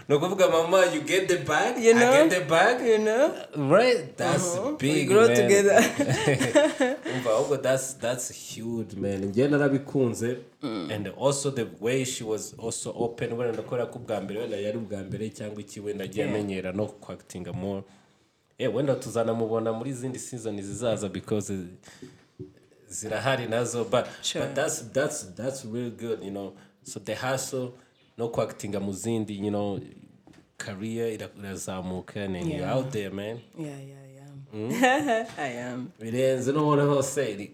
Speaker 2: No, kuvuga mama, you get the bag,
Speaker 1: You know?
Speaker 2: I get the bag,
Speaker 1: you know Uh-huh.
Speaker 2: right? That's big.
Speaker 1: we grow
Speaker 2: man.
Speaker 1: together
Speaker 2: Umva, ahubwo that's that's huge, man. Njye narabikunze,
Speaker 1: Mm.
Speaker 2: and also the way she was also open. Wenda ndakora ko bwa mbere, wenda yari ubwa mbere cyangwa iki, wenda agiye amenyera no kwactinga more. Eh, wenda tuzanamubona muri izindi season zizaza because uh, zirahari nazo but,
Speaker 1: Sure.
Speaker 2: but that's that's that's really good you know so the hustle no kwakitinga mu zindi you know career ira- irazamuka and then you're out there man
Speaker 1: Yeah, yeah, I am.
Speaker 2: Mm.
Speaker 1: I am.
Speaker 2: birenze n'ubona hose iri-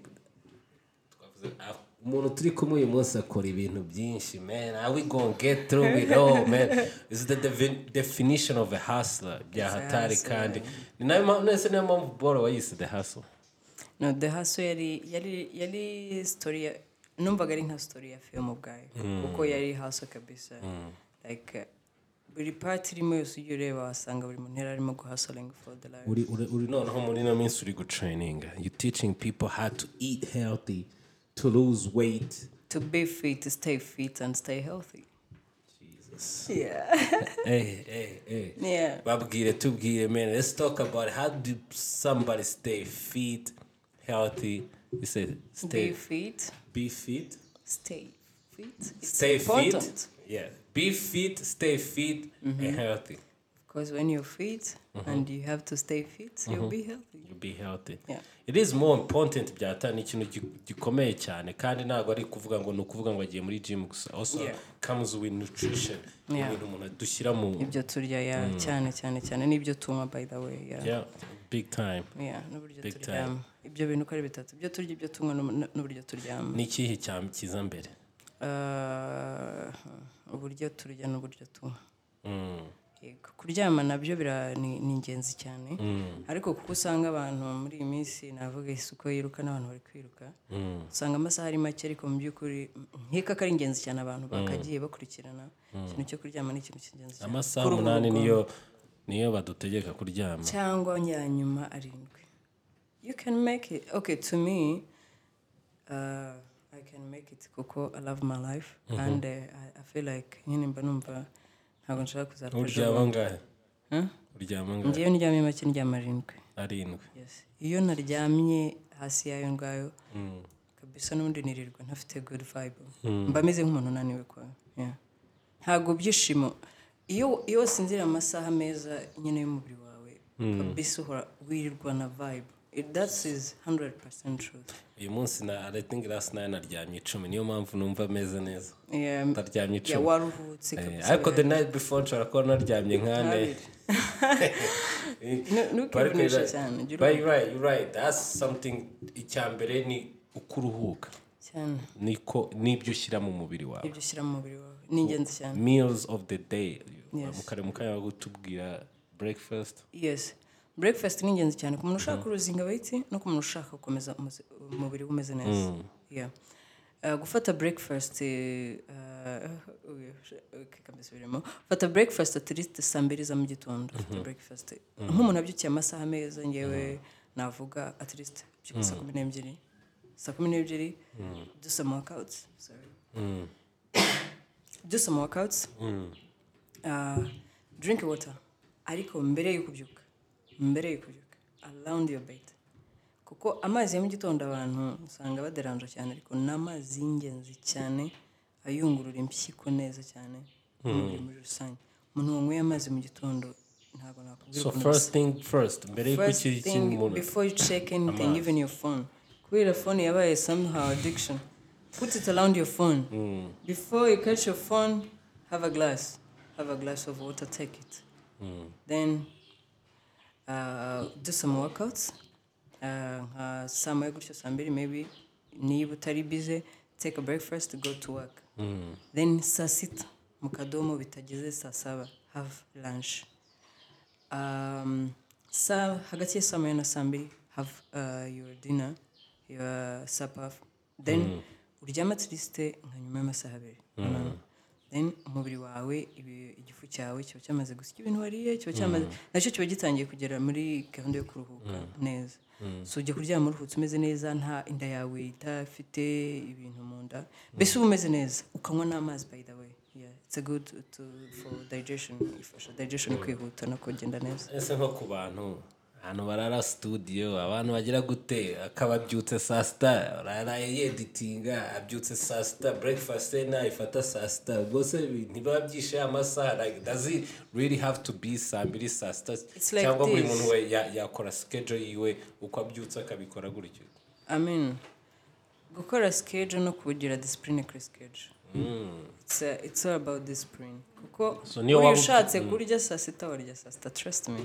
Speaker 2: twavuze, ah, umuntu turi kumwe uyu munsi akora ibintu byinshi man are we gonna get through it all man this is the devi- definition of a hustler bya hatari
Speaker 1: hustler.
Speaker 2: kandi ni nayo mpamvu nese niyo mpamvu boro wayise the hustle
Speaker 1: No, the hustle yari yari yari story ya- numvaga ari nka story ya film ubwayo
Speaker 2: Mm.
Speaker 1: kuko yari hustle kabisa like uh, buri part irimo yose ujya ureba wasanga buri muntu yari arimo guhustling for the life
Speaker 2: uri uri uri noneho muri ino minsi uri gutraininga you teaching people how to eat healthy to lose weight
Speaker 1: to be fit to stay fit and stay healthy
Speaker 2: Jesus.
Speaker 1: yeah
Speaker 2: hey hey hey
Speaker 1: yeah
Speaker 2: babwire tubwire man let's talk about how do somebody stay fit healthy you say
Speaker 1: be
Speaker 2: stay
Speaker 1: fit
Speaker 2: be fit
Speaker 1: stay fit it's
Speaker 2: stay
Speaker 1: important Mm-hmm.
Speaker 2: fit yeah be fit stay fit and healthy
Speaker 1: because when you're fit
Speaker 2: Mm-hmm.
Speaker 1: and you have to stay fit you'll be healthy
Speaker 2: you be healthy
Speaker 1: Yeah.
Speaker 2: it is more important byata ni ikintu gi- gikomeye cyane kandi ntabwo ari ukuvuga ngo ni ukuvuga ngo agiye muri gym gusa also
Speaker 1: Yeah.
Speaker 2: comes with nutrition
Speaker 1: Yeah.
Speaker 2: ibintu umuntu dushyira mu
Speaker 1: ibyo turya ya cyane cyane cyane n'ibyo tunywa by the way yeah.
Speaker 2: Mm. yeah big time
Speaker 1: Yeah, n'uburyo
Speaker 2: Big
Speaker 1: turyama ibyo bintu uko ari bitatu ibyo turya ibyo tunywa n'um- n'uburyo turyama
Speaker 2: ni ikihe cyam- kiza mbere
Speaker 1: Ah, uburyo turya n'uburyo tunywa
Speaker 2: Mm.
Speaker 1: Yego, kuryama nabyo bira- ni ni ingenzi cyane ariko kuko usanga abantu muri iyi minsi navuga isuku yiruka n'abantu bari kwiruka usanga amasaha ari make ariko mu by'ukuri nkeka ko ari ingenzi cyane abantu bakagiye bakurikirana ikintu cyo kuryama ni ikintu cy'ingenzi cyane
Speaker 2: amasaha
Speaker 1: Kuruhuka
Speaker 2: umunani niyo niyo badutegeka kuryama
Speaker 1: cyangwa ya nyuma arindwi you can make it okay to me uh, i can make it kuko i love my life and uh, I, i feel like nyine mba numva ntabwo nshaka kuzarapfa
Speaker 2: uryama ngahe uryama ngahe
Speaker 1: ngewe ndyamye make ndyama arindwi
Speaker 2: arindwi
Speaker 1: yes iyo naryamye hasi yayo ngayo kabisa n'ubundi nirirwa ntafite good vibe
Speaker 2: Hmm.
Speaker 1: mba meze nk'umuntu unaniwe kwa yeah. ntabwo byishimo iyo iyo wasinzira amasaha meza nyine y'umubiri wawe
Speaker 2: Hmm.
Speaker 1: kabisa uhora wirirwa na vibe It- that is 100% truth
Speaker 2: uyu munsi na i think last night naryamye icumi niyo mpamvu numva ameze neza
Speaker 1: yeah,
Speaker 2: ndaryamye
Speaker 1: yeah,
Speaker 2: icumi
Speaker 1: waruhutse
Speaker 2: Eh,
Speaker 1: kabisa
Speaker 2: ariko the night before nshobora kuba naryamye nkane
Speaker 1: Habiri. Nu- ntukivunishe cyane jya uruhuka
Speaker 2: But you're right, you're right. That's something icya mbere ni uko uruhuka
Speaker 1: cyane
Speaker 2: niko n'ibyo ushyira mu mubiri wawe
Speaker 1: ibyo ushyira mu mubiri wawe ni ingenzi cyane
Speaker 2: meals of the day
Speaker 1: Yes.
Speaker 2: mukare mukanya gutubwira breakfast
Speaker 1: yes breakfast ni ingenzi cyane ku muntu ushaka uruzinga bayiti no ku muntu ushaka gukomeza umuze- umubiri we umeze neza Yeah. Uh, gufata breakfast eh, uh, uyu- okay, kabisa birimo fata breakfast at least saa mbiri za mu gitondo fata breakfast nk'umuntu abyukiye amasaha meza ngewe navuga at least byuka saa kumi n'ebyiri saa kumi n'ebyiri do some workouts sorry do some workouts uh, drink water ariko mbere yo kubyuka mbere yo kubyuka around your bed kuko amazi ya mu gitondo abantu usanga baderanja cyane ariko ni amazi y'ingenzi cyane ayungurura impyiko neza cyane umubiri muri
Speaker 2: Hmm.
Speaker 1: rusange umuntu wanyweye amazi mu gitondo ntabwo nakubwira
Speaker 2: so
Speaker 1: ukuntu
Speaker 2: first thing first mbere y'uko
Speaker 1: first
Speaker 2: iki-
Speaker 1: thing
Speaker 2: ikindi muntu
Speaker 1: before you check anything even your phone kubera phone yabaye somehow addiction put it around your phone before you catch your phone have a glass have a glass of water take it then uh, do some workouts uh, nka saa moya gutyo saa mbiri maybe niba utari busy take a breakfast go to work then saa sita mu kadomo bitageze saa saba have lunch um, saa hagati ya saa moya na saa mbiri have uh, your dinner your supper then uryame at least nka nyuma y'amasaha abiri umunani. then umubiri wawe ibi- igifu cyawe kiba cyamaze gusya ibintu wariye kiba cyamaze nacyo kiba gitangiye kugera muri gahunda yo kuruhuka neza so ujya kuryama uruhutse umeze neza nta inda yawe idafite ibintu mu nda mbese uba umeze neza ukanywa n'amazi by the way yeah it's a good to, for digestion ifasha digestion kwihuta no kugenda neza
Speaker 2: ese nko ku bantu ahantu barara studio abantu bagira gute akaba abyutse saa sita arara yeditinga abyutse saa sita breakfast ye nayo ifata saa sita rwose ibi ntibiba byishe amasaha like does it really have to be saa mbiri saa sita
Speaker 1: It's like
Speaker 2: cyangwa buri
Speaker 1: this.
Speaker 2: muntu we ya- yakora schedule yiwe uko abyutse akabikora gutyo
Speaker 1: I mean, gukora schedule no kugira discipline kuri schedule It's, uh, it's all about discipline kuko
Speaker 2: Mm. So niyo Mm. waba-
Speaker 1: uri ushatse kurya saa sita warya saa sita trust me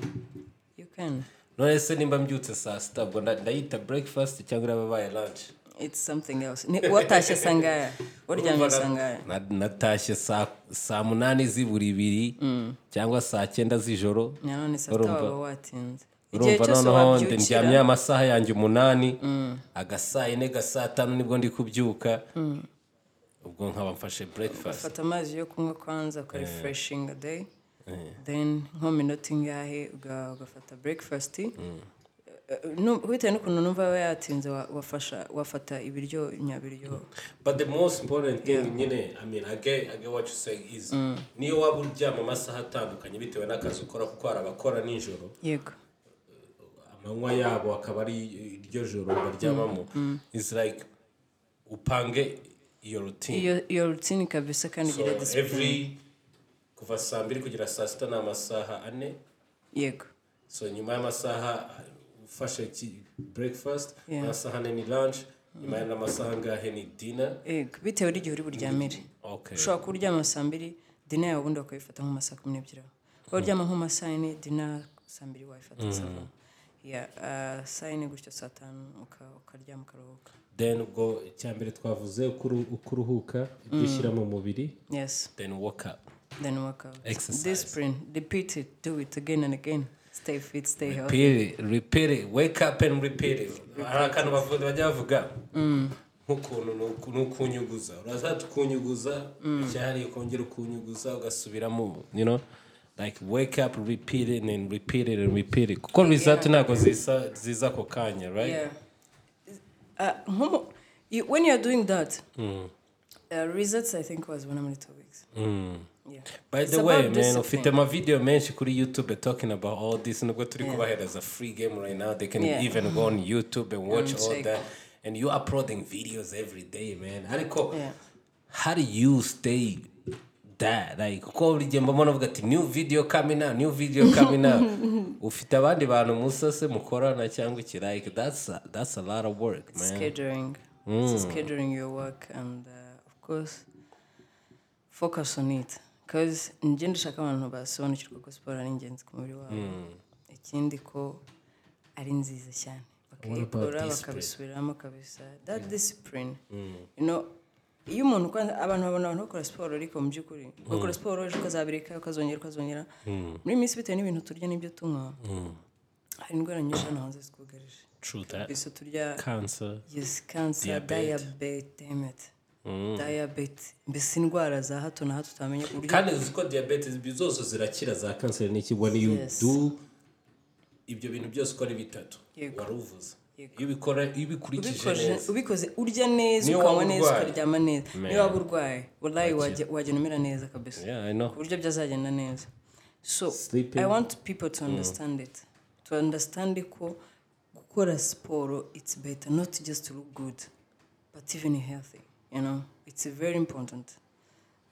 Speaker 1: you can
Speaker 2: none se nimba mbyutse saa sita ubwo nda- ndayita breakfast cyangwa iraba abaye lunch
Speaker 1: it's something else Ni- watashye sangaya waryamye
Speaker 2: Urumva na-
Speaker 1: sangaya
Speaker 2: na- natashye saa saa munani z'iburi ibiri
Speaker 1: Mm.
Speaker 2: cyangwa saa cyenda z'ijoro
Speaker 1: nanone saa sita
Speaker 2: Urumva-
Speaker 1: waba watinze igihe
Speaker 2: urumva
Speaker 1: cyose
Speaker 2: noneho ndi-
Speaker 1: wabyukira Mm.
Speaker 2: ndyamyeho amasaha yanjye umunani agasaa yine gasaa tanu nibwo ndi kubyuka
Speaker 1: Mm.
Speaker 2: ubwo nkaba mfashe breakfast
Speaker 1: fata amazi yo kunywa kwanza
Speaker 2: Eh.
Speaker 1: ukarefreshinga day then nko minota ingahe uga- ugafata breakfast
Speaker 2: Mm.
Speaker 1: bitewe n'ukuntu numva aba yatinze wa- wafasha wafata ibiryo nyabiryo
Speaker 2: but the most important thing nyine i mean again again what you say is
Speaker 1: Mm.
Speaker 2: niyo waba uryama amasaha atandukanye bitewe n'akazi ukora kuko hari abakora nijoro
Speaker 1: yego
Speaker 2: amanywa yabo akaba ari iryo joro baryamamo
Speaker 1: Mm.
Speaker 2: is like upange iyo routine
Speaker 1: iyo iyo rutini kabisa kandi
Speaker 2: so
Speaker 1: ugira disipurine
Speaker 2: every kuva saa mbiri kugera saa sita ni amasaha ane
Speaker 1: yego
Speaker 2: so nyuma y'amasaha ufashe iki breakfast
Speaker 1: Yeah.
Speaker 2: amasaha ane ni lunch nyuma y'amasaha angahe ni dinner
Speaker 1: yego bitewe n'igihe uri buryamire
Speaker 2: okay
Speaker 1: ushobora kuryama saa mbiri dina yawe ubundi bakayifata nko mu masaa kumi n'ebyiri aho
Speaker 2: Mm.
Speaker 1: waba uryama nko mu masaa yine dina saa mbiri wayifata saa kumi ya ah, saa yine gutyo saa tanu uka- ukaryama ukaruhuka
Speaker 2: then ubwo icyambere twavuze uko uru- uko uruhuka ibyo ushyira mu mubiri
Speaker 1: yes
Speaker 2: then walk up
Speaker 1: then work out
Speaker 2: Exercise.
Speaker 1: discipline repeat it do it again and again stay fit stay healthy
Speaker 2: repeat it, repeat it, wake up and repeat it. Hari akantu bavuga bajya bavuga nk'ukuntu ni uku- ni ukunyuguza uraza ukunyuguza cyari ukongera ukunyuguza ugasubiramo you know like wake up repeat it and repeat it and repeat it kuko result ntabwo ziza ziza ako kanya right
Speaker 1: yeah uh, homo- you- when you're doing that
Speaker 2: Hmm.
Speaker 1: uh, results i think was one minute two weeks
Speaker 2: Mm. Hmm.
Speaker 1: yeah
Speaker 2: By
Speaker 1: It's
Speaker 2: the
Speaker 1: about
Speaker 2: way, man,
Speaker 1: discipline.
Speaker 2: ufite ama video menshi kuri YouTube talking about all this. Nubwo turi kubahereza free game right now, they can
Speaker 1: Yeah.
Speaker 2: even go on YouTube and watch
Speaker 1: And
Speaker 2: all
Speaker 1: check.
Speaker 2: that. And you uploading videos every day, man. Ariko,
Speaker 1: Yeah.
Speaker 2: how do you stay that? Like, kuko buri gihe mbamo navuga ati new video coming out, new video coming out. ufite abandi bantu musase mukorana cyangwa iki like that's a, that's a lot of work, man.
Speaker 1: scheduling It's scheduling your work and uh, of course focus on it because njye ndashaka abantu basobanukirwa ko siporo ari ingenzi ku mubiri wabo ikindi ko ari nziza cyane bakayikora bakabisubiramo kabisa that discipline you know iyo umuntu kwanza abantu babona abantu bakora siporo ariko mu by'ukuri bakora siporo ejo ukazabireka ukazongera ukazongera muri iyi minsi bitewe n'ibintu turya n'ibyo tunywa hari indwara nyinshi hano hanze zitwugarije
Speaker 2: True that.
Speaker 1: kabisa turya
Speaker 2: Cancer.
Speaker 1: yes cancer
Speaker 2: Diabete. Mm.
Speaker 1: diabete damn it diabete mbese indwara za hato na hato utamenya uburyo
Speaker 2: kandi uzi ko diyabete ibi zose zirakira za kanseri n'iki when you
Speaker 1: Yes.
Speaker 2: do ibyo bintu byose uko ari bitatu
Speaker 1: Yego.
Speaker 2: wari uvuze
Speaker 1: Yego.
Speaker 2: iyo ubikora iyo ubikurikije
Speaker 1: ubikoze
Speaker 2: neza
Speaker 1: ubikoze urya neza
Speaker 2: Niyo
Speaker 1: ukanywa
Speaker 2: waba
Speaker 1: neza
Speaker 2: urwaye.
Speaker 1: ukaryama neza
Speaker 2: Man.
Speaker 1: niyo waba urwaye wallahi wajya wagenda umera neza kabisa
Speaker 2: yeah i know
Speaker 1: ku buryo byazagenda neza so
Speaker 2: Sleeping.
Speaker 1: i want people to understand it to understand ko gukora siporo it's better not just to look good but even healthy you know it's very important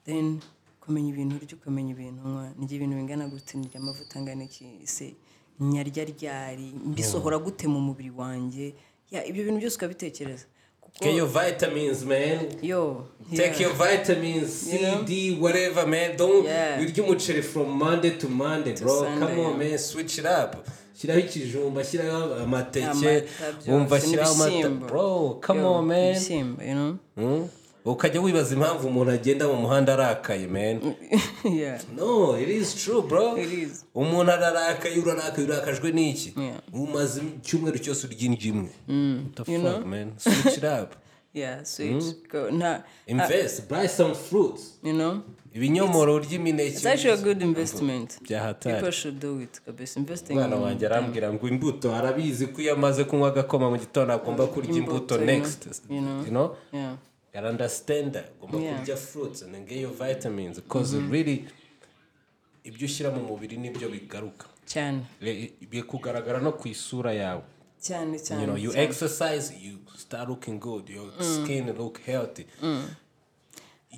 Speaker 1: then kumenya ibintu urya ukamenya ibintu unywa ni ibintu bingana gute ndya amavuta angana iki ese nyarya ryari mbisohora gute mu mubiri wanjye ya ibyo bintu byose ukabitekereza kuko
Speaker 2: get your vitamins man
Speaker 1: yo
Speaker 2: take your vitamins
Speaker 1: You know?
Speaker 2: cd whatever man don't
Speaker 1: Yeah.
Speaker 2: wirya umuceri from monday to monday bro
Speaker 1: Sunday,
Speaker 2: come on
Speaker 1: yeah.
Speaker 2: man switch it up shyiraho ikijumba shyiraho amateke
Speaker 1: Amata, byose,
Speaker 2: wumva shyiraho amata
Speaker 1: n'ibishyimbo.
Speaker 2: bro come
Speaker 1: Yo,
Speaker 2: on man
Speaker 1: ibishyimbo you know
Speaker 2: Hmm? ukajya wibaza impamvu umuntu agenda mu muhanda arakaye man
Speaker 1: yeah
Speaker 2: no it is true bro
Speaker 1: It is.
Speaker 2: umuntu ararakaye urarakaye urakajwe n'iki
Speaker 1: Yeah. Mm.
Speaker 2: umaze icyumweru cyose urya indyo imwe What the
Speaker 1: you
Speaker 2: fuck, man switch it up
Speaker 1: yeah switch
Speaker 2: Hmm?
Speaker 1: go nta
Speaker 2: invest buy some fruits
Speaker 1: you know
Speaker 2: ibinyomoro urya
Speaker 1: it's actually
Speaker 2: imineke
Speaker 1: a good investment
Speaker 2: bya hatari
Speaker 1: people should do it kabisa investing
Speaker 2: umwana
Speaker 1: in-
Speaker 2: wanjye arambwira ngo imbuto arabizi ko iyo amaze kunywa agakoma mu gitondo agomba kurya imbuto
Speaker 1: Imbuto, you know.
Speaker 2: next
Speaker 1: You know.
Speaker 2: you know
Speaker 1: yeah
Speaker 2: I understand that. Ugomba
Speaker 1: Yeah. Mm-hmm.
Speaker 2: kurya fruits and get your vitamins because really ibyo ushyira mu mubiri nibyo bigaruka
Speaker 1: cyane
Speaker 2: Re- bikugaragara no ku isura yawe
Speaker 1: cyane cyane
Speaker 2: you know you
Speaker 1: cyane.
Speaker 2: exercise you start looking good your
Speaker 1: Mm.
Speaker 2: skin look healthy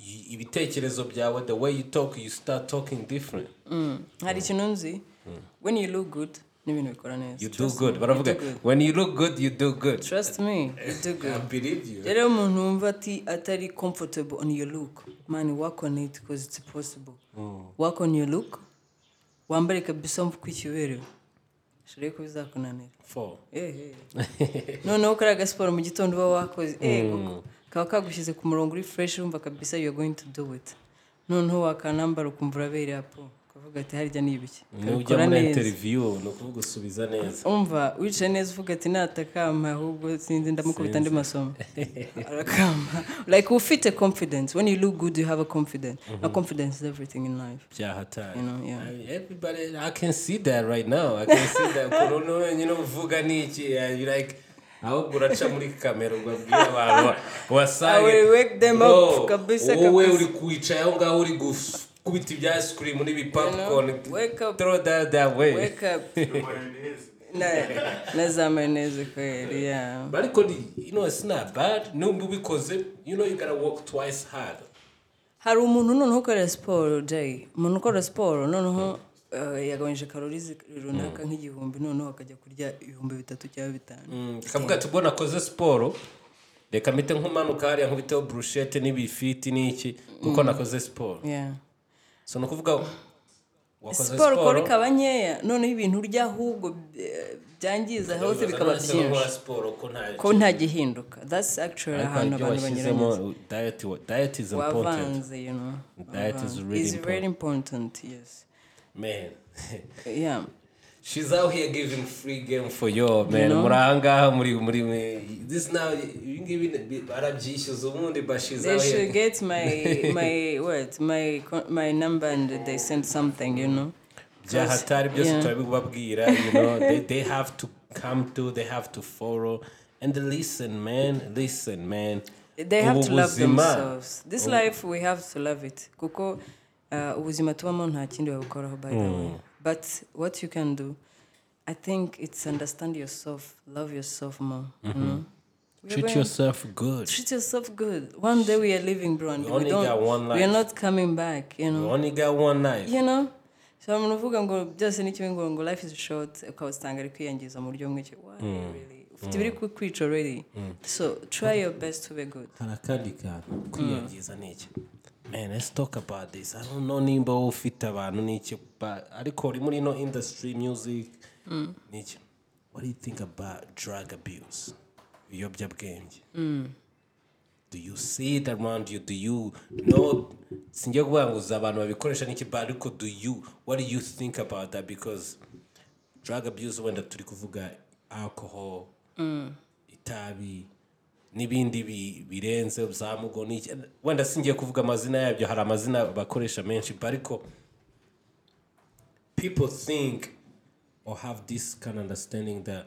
Speaker 2: I- ibitekerezo byawe the way you talk you start talking different
Speaker 1: hari ikintu nzi Mm. when you look good n'ibintu bikora neza
Speaker 2: Hmm. you do
Speaker 1: Trust
Speaker 2: good
Speaker 1: me,
Speaker 2: baravuga
Speaker 1: you do good.
Speaker 2: when you look good you do good
Speaker 1: trust me you do
Speaker 2: i
Speaker 1: good
Speaker 2: believe you
Speaker 1: rero umuntu wumva ati atari comfortable on your look man work on it because it's possible
Speaker 2: Mm.
Speaker 1: work on your look wambare kabisa mvu kwikiberewe shirayo ko bizakunanira
Speaker 2: four
Speaker 1: ehe noneho ukora agasiporo mu gitondo uba wakoze eh
Speaker 2: Mm.
Speaker 1: koko kaba kagushyize ku murongo uri fresh urumva kabisa you are going to do it noneho wakanambara ukumva urabereye apo ukavuga ati harya ni ibiki
Speaker 2: nujya
Speaker 1: Ukabikora
Speaker 2: muri
Speaker 1: neza.
Speaker 2: interview ni ukuvuga usubiza neza
Speaker 1: umva wicaye neza uvuga ati natakamba ahubwo sinzi ndamukubita andi masomo arakamba like ufite confidence when you look good you have a confidence a confidence is everything in life
Speaker 2: byahatari
Speaker 1: You know, yeah.
Speaker 2: I- everybody i can see that right now i can see that ukuntu wenyine uvuga ni iki you like ahubwo uraca muri kamera ugabwira abantu
Speaker 1: I
Speaker 2: wasange
Speaker 1: will wake them up
Speaker 2: Bro,
Speaker 1: kabisa,
Speaker 2: wowe
Speaker 1: kabisa.
Speaker 2: uri kwicaye aho ngaho uri gukubita ibya scream n'ibipopcorn
Speaker 1: wake up.
Speaker 2: throw that that way
Speaker 1: wake up Na- na za mayoneze kweli yeah
Speaker 2: but ariko ni- you know it's not bad nubwo ubikoze you know you gotta work twice hard
Speaker 1: hari umuntu noneho ukorera siporo jay umuntu ukora siporo noneho eh, yagabanyije karori zi- runaka nk'igihumbi noneho akajya kurya ibihumbi bitatu cyangwa bitanu
Speaker 2: kavuga ati ubwo nakoze siporo reka mpite nkumanuka hariya nkubiteho burushete n'ibifiti n'iki
Speaker 1: Mm.
Speaker 2: kuko nakoze siporo
Speaker 1: Yeah.
Speaker 2: so ni ukuvuga wakoze
Speaker 1: siporo ukora
Speaker 2: siporo
Speaker 1: ikaba nkeya noneho ibintu urya ahubwo eh, byangiza health bikaba
Speaker 2: Nonese
Speaker 1: byinshi
Speaker 2: nkora siporo ko nta
Speaker 1: ko nta gihinduka that's actually
Speaker 2: ariko
Speaker 1: ahantu
Speaker 2: ibyo
Speaker 1: abantu
Speaker 2: washyizemo
Speaker 1: banyuranyije
Speaker 2: diet wa- diet is important
Speaker 1: wavanze you know
Speaker 2: Diet is
Speaker 1: wavanze.
Speaker 2: really
Speaker 1: It's very important yes
Speaker 2: man
Speaker 1: yeah
Speaker 2: she's out here giving free game for you man muri ahangaha muri muri this now ibi ngibi ni- barabyishyuza ubundi but she's
Speaker 1: They
Speaker 2: out here
Speaker 1: should get my my what my co- my number and they send something, you know.
Speaker 2: byahatari byose
Speaker 1: Yeah.
Speaker 2: turabibabwira you know they, they have to come to they have to follow and listen man listen man
Speaker 1: They have to
Speaker 2: Ubu
Speaker 1: love
Speaker 2: buzima,
Speaker 1: themselves. This
Speaker 2: Oh.
Speaker 1: life we have to love it. Kuko uh, ubuzima tubamo nta kindi wabukoraho by the
Speaker 2: Mm.
Speaker 1: way. But what you can do, I think it's understand yourself, love yourself more.
Speaker 2: Mm-hmm.
Speaker 1: You know? We are
Speaker 2: treat
Speaker 1: going-
Speaker 2: yourself good
Speaker 1: treat yourself good. One day we are leaving, bro. And
Speaker 2: We
Speaker 1: we,
Speaker 2: only
Speaker 1: don't.
Speaker 2: got one
Speaker 1: We are
Speaker 2: life.
Speaker 1: not coming back. You know.
Speaker 2: you only got one life
Speaker 1: you know so umuntu uvuga ngo byose ni kimwe ngo ngo life is short ukabasanga ari kwiyangiza mu buryo bumwe cyo- why
Speaker 2: Mm.
Speaker 1: really ufite ibiri kukwica already so try your best to be good
Speaker 2: hari akandi kantu kwiyagiza ni iki man let's talk about this i don't know nimba wowe ufite abantu n'iki but ariko uri muri ino industry music n'iki what do you think about drug abuse ibiyobyabwenge do you see it around you do you know sinjya kuvuga ngo uzi abantu babikoresha n'iki but ariko do you what do you think about that because drug abuse wenda turi kuvuga alcohol itabi n'ibindi bi- birenze za mugo n'iki wenda singiye kuvuga amazina yabyo hari amazina bakoresha menshi but ariko people think or have this kind of understanding that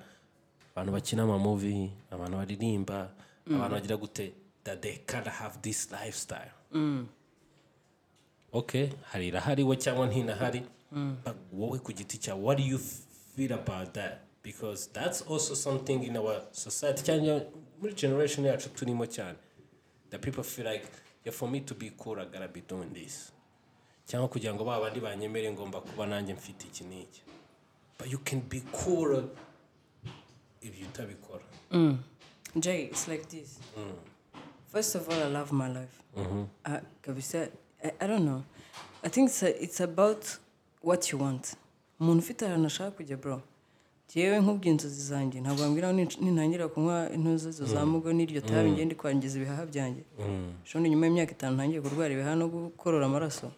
Speaker 2: abantu bakina amamuvi abantu baririmba abantu bagira gute that they kind of have this lifestyle okay hari irahari we cyangwa ntinahari but wowe ku giti cyawe what do you feel about that because that's also something in our society cyangwa muri generation yacu turimo cyane that people feel like yeah, for me to be cool I gotta be doing this cyangwa kugira ngo babandi banyemere ngomba kuba nanjye mfite iki n'iki but you can be cool if you utabikora
Speaker 1: jay it's like this first of all i love my life uh, kabisa I, i don't know i think it's, a, it's about what you want umuntu ufite ahantu ashaka kujya bro jewe nkubwiye inzozi zanjye ntabwo wambwira ngo ninsh- nintangira kunywa intuzo zamugo n'iryo tabi ngende kwangiza ibihaha byanjye shoni nyuma y'imyaka itanu ntangiye kurwara ibihaha no gukorora amaraso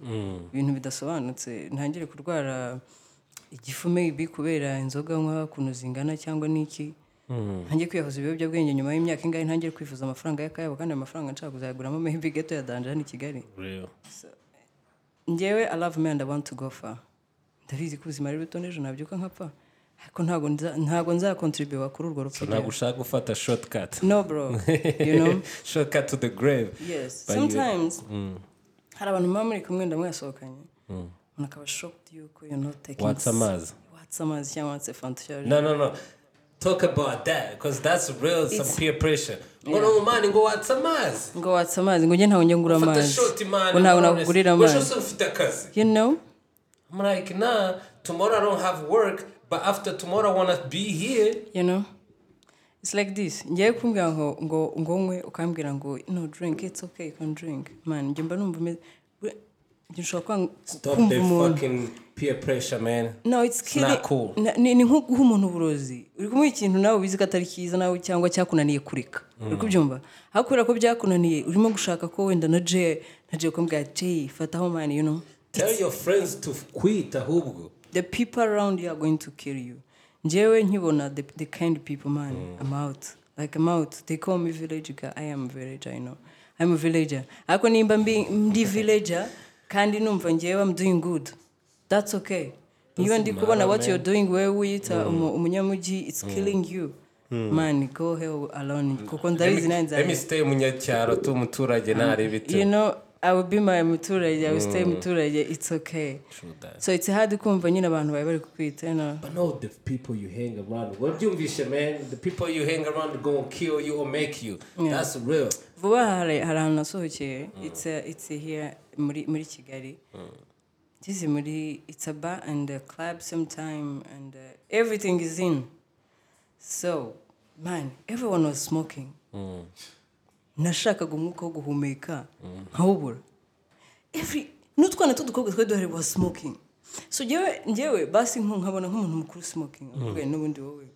Speaker 1: ibintu bidasobanutse ntangire kurwara igifu maybe kubera inzoga nkwa ukuntu zingana cyangwa n'iki
Speaker 2: Mm.
Speaker 1: ntangiye kwiyahuza ibiyobyabwenge nyuma y'imyaka ingahe ntangiye kwifuza amafaranga y'akayabo kandi ayo mafaranga nshaka kuzayaguramo maybe geto ya danja hano i kigali
Speaker 2: real
Speaker 1: njyewe I love me and I want to go far ndabizi ko ubuzima ari buto n'ejo nabyuka nkapfa ariko ntabwo nza- ntabwo nzakontribuyuwa kuri urwo rupfu
Speaker 2: ntabwo ushaka gufata shortcut
Speaker 1: no bro you know
Speaker 2: shortcut to the mm. grave
Speaker 1: Mm-hmm. yes
Speaker 2: But you-
Speaker 1: sometimes hari abantu muba muri kumwe ndamwasohokanye umuntu akaba shocked yuko you're not taking
Speaker 2: Mm. watsa amazi
Speaker 1: watse amazi cyangwa watse fanta ushaje
Speaker 2: No, no, no. Talk about that because that's real. some peer pressure. Ngo no mani ngo watsa amazi.
Speaker 1: ngo watse amazi ngo njye ntabwo njya ngura
Speaker 2: Fata
Speaker 1: amazi
Speaker 2: shoti mani.
Speaker 1: ngo ntabwo nagurira
Speaker 2: Ngo shose
Speaker 1: amazi
Speaker 2: ufite akazi.
Speaker 1: you know
Speaker 2: I'm like nah. Tomorrow I don't have work, but after tomorrow i want to be here
Speaker 1: you know it's like this ngiye kumbwira ngo ngo ngo nywe ukambwira ngo no drink it's okay you can drink man njye mba numva umeze we- njye ushobora kwanga-
Speaker 2: stop
Speaker 1: kumva
Speaker 2: the
Speaker 1: umuntu
Speaker 2: fucking peer pressure man
Speaker 1: no it's
Speaker 2: not
Speaker 1: killing
Speaker 2: cool.
Speaker 1: na- ni ni nko guha umuntu uburozi uri kumuha ikintu nawe ubizi ko atari cyiza nawe cyangwa cyakunaniye kureka
Speaker 2: Mm.
Speaker 1: uri kubyumva aho kubera ko byakunaniye urimo gushaka ko wenda na jay na jay kumubwira jay fataho mani you know
Speaker 2: tell your friends to quit ahubwo
Speaker 1: the people around you are going to kill you njyewe nkibona the, the kind people man
Speaker 2: Mm.
Speaker 1: i'm out like i'm out they call me village guy i am a villager you know i'm a villager ariko nimba mbi- ndi villager kandi numva njyewe i'm doing good that's okay niba ndi kubona what you're doing wewe
Speaker 2: Mm.
Speaker 1: wiyita uh, umu- umunyamujyi it's killing you man go hell alone kuko ndabizi nanjye
Speaker 2: let me stay munyacyaro tu umuturage narebe
Speaker 1: you know i will be my muturage i will
Speaker 2: Mm.
Speaker 1: stay muturage it's okay so it's hard kumva nyine abantu bari bari kukwita you know
Speaker 2: But no, the people you hang around. What do you wish, man? The people you hang around gonna kill you or make you. That's real.
Speaker 1: vuba aha hari hari ahantu nasohokeye it's a- it's here muri muri kigali this is muri it's a bar and a club sometime and uh, everything is in so man everyone was smoking nashakaga umwuka wo guhumeka nkawubura every n'utwana tw'udukobwa twari duhari was smoking so njyewe njyewe basi nko- nkabona nk'umuntu mukuru smoking avuga n'ubundi wowe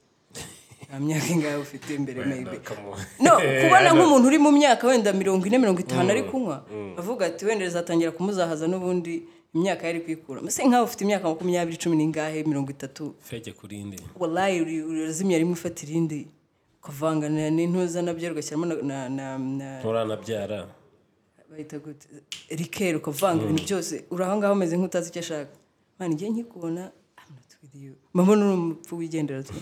Speaker 1: nta myaka ingahe ufite imbere maybe
Speaker 2: Come on.
Speaker 1: no kubona nk'umuntu uri mu myaka wenda mirongo ine mirongo itanu ari kunywa avuga ati wenda rizatangira kumuzahaza n'ubundi imyaka yari kwikura mbese nk'aho ufite imyaka makumyabiri cumi n'ingahe mirongo itatu
Speaker 2: Fege kurindi.
Speaker 1: wallahi uri- urazimya rimwe ufata irindi ukavanga na- n'intuza nabyo ugashyiramo na- na- na- na-
Speaker 2: Nturanabyara.
Speaker 1: bahita gute rikeri ukavanga ibintu byose uri aho ngaho umeze nk'utazi icyo ashaka mani njye nkikubona I'm not with you mama ni umupfu wigendera tu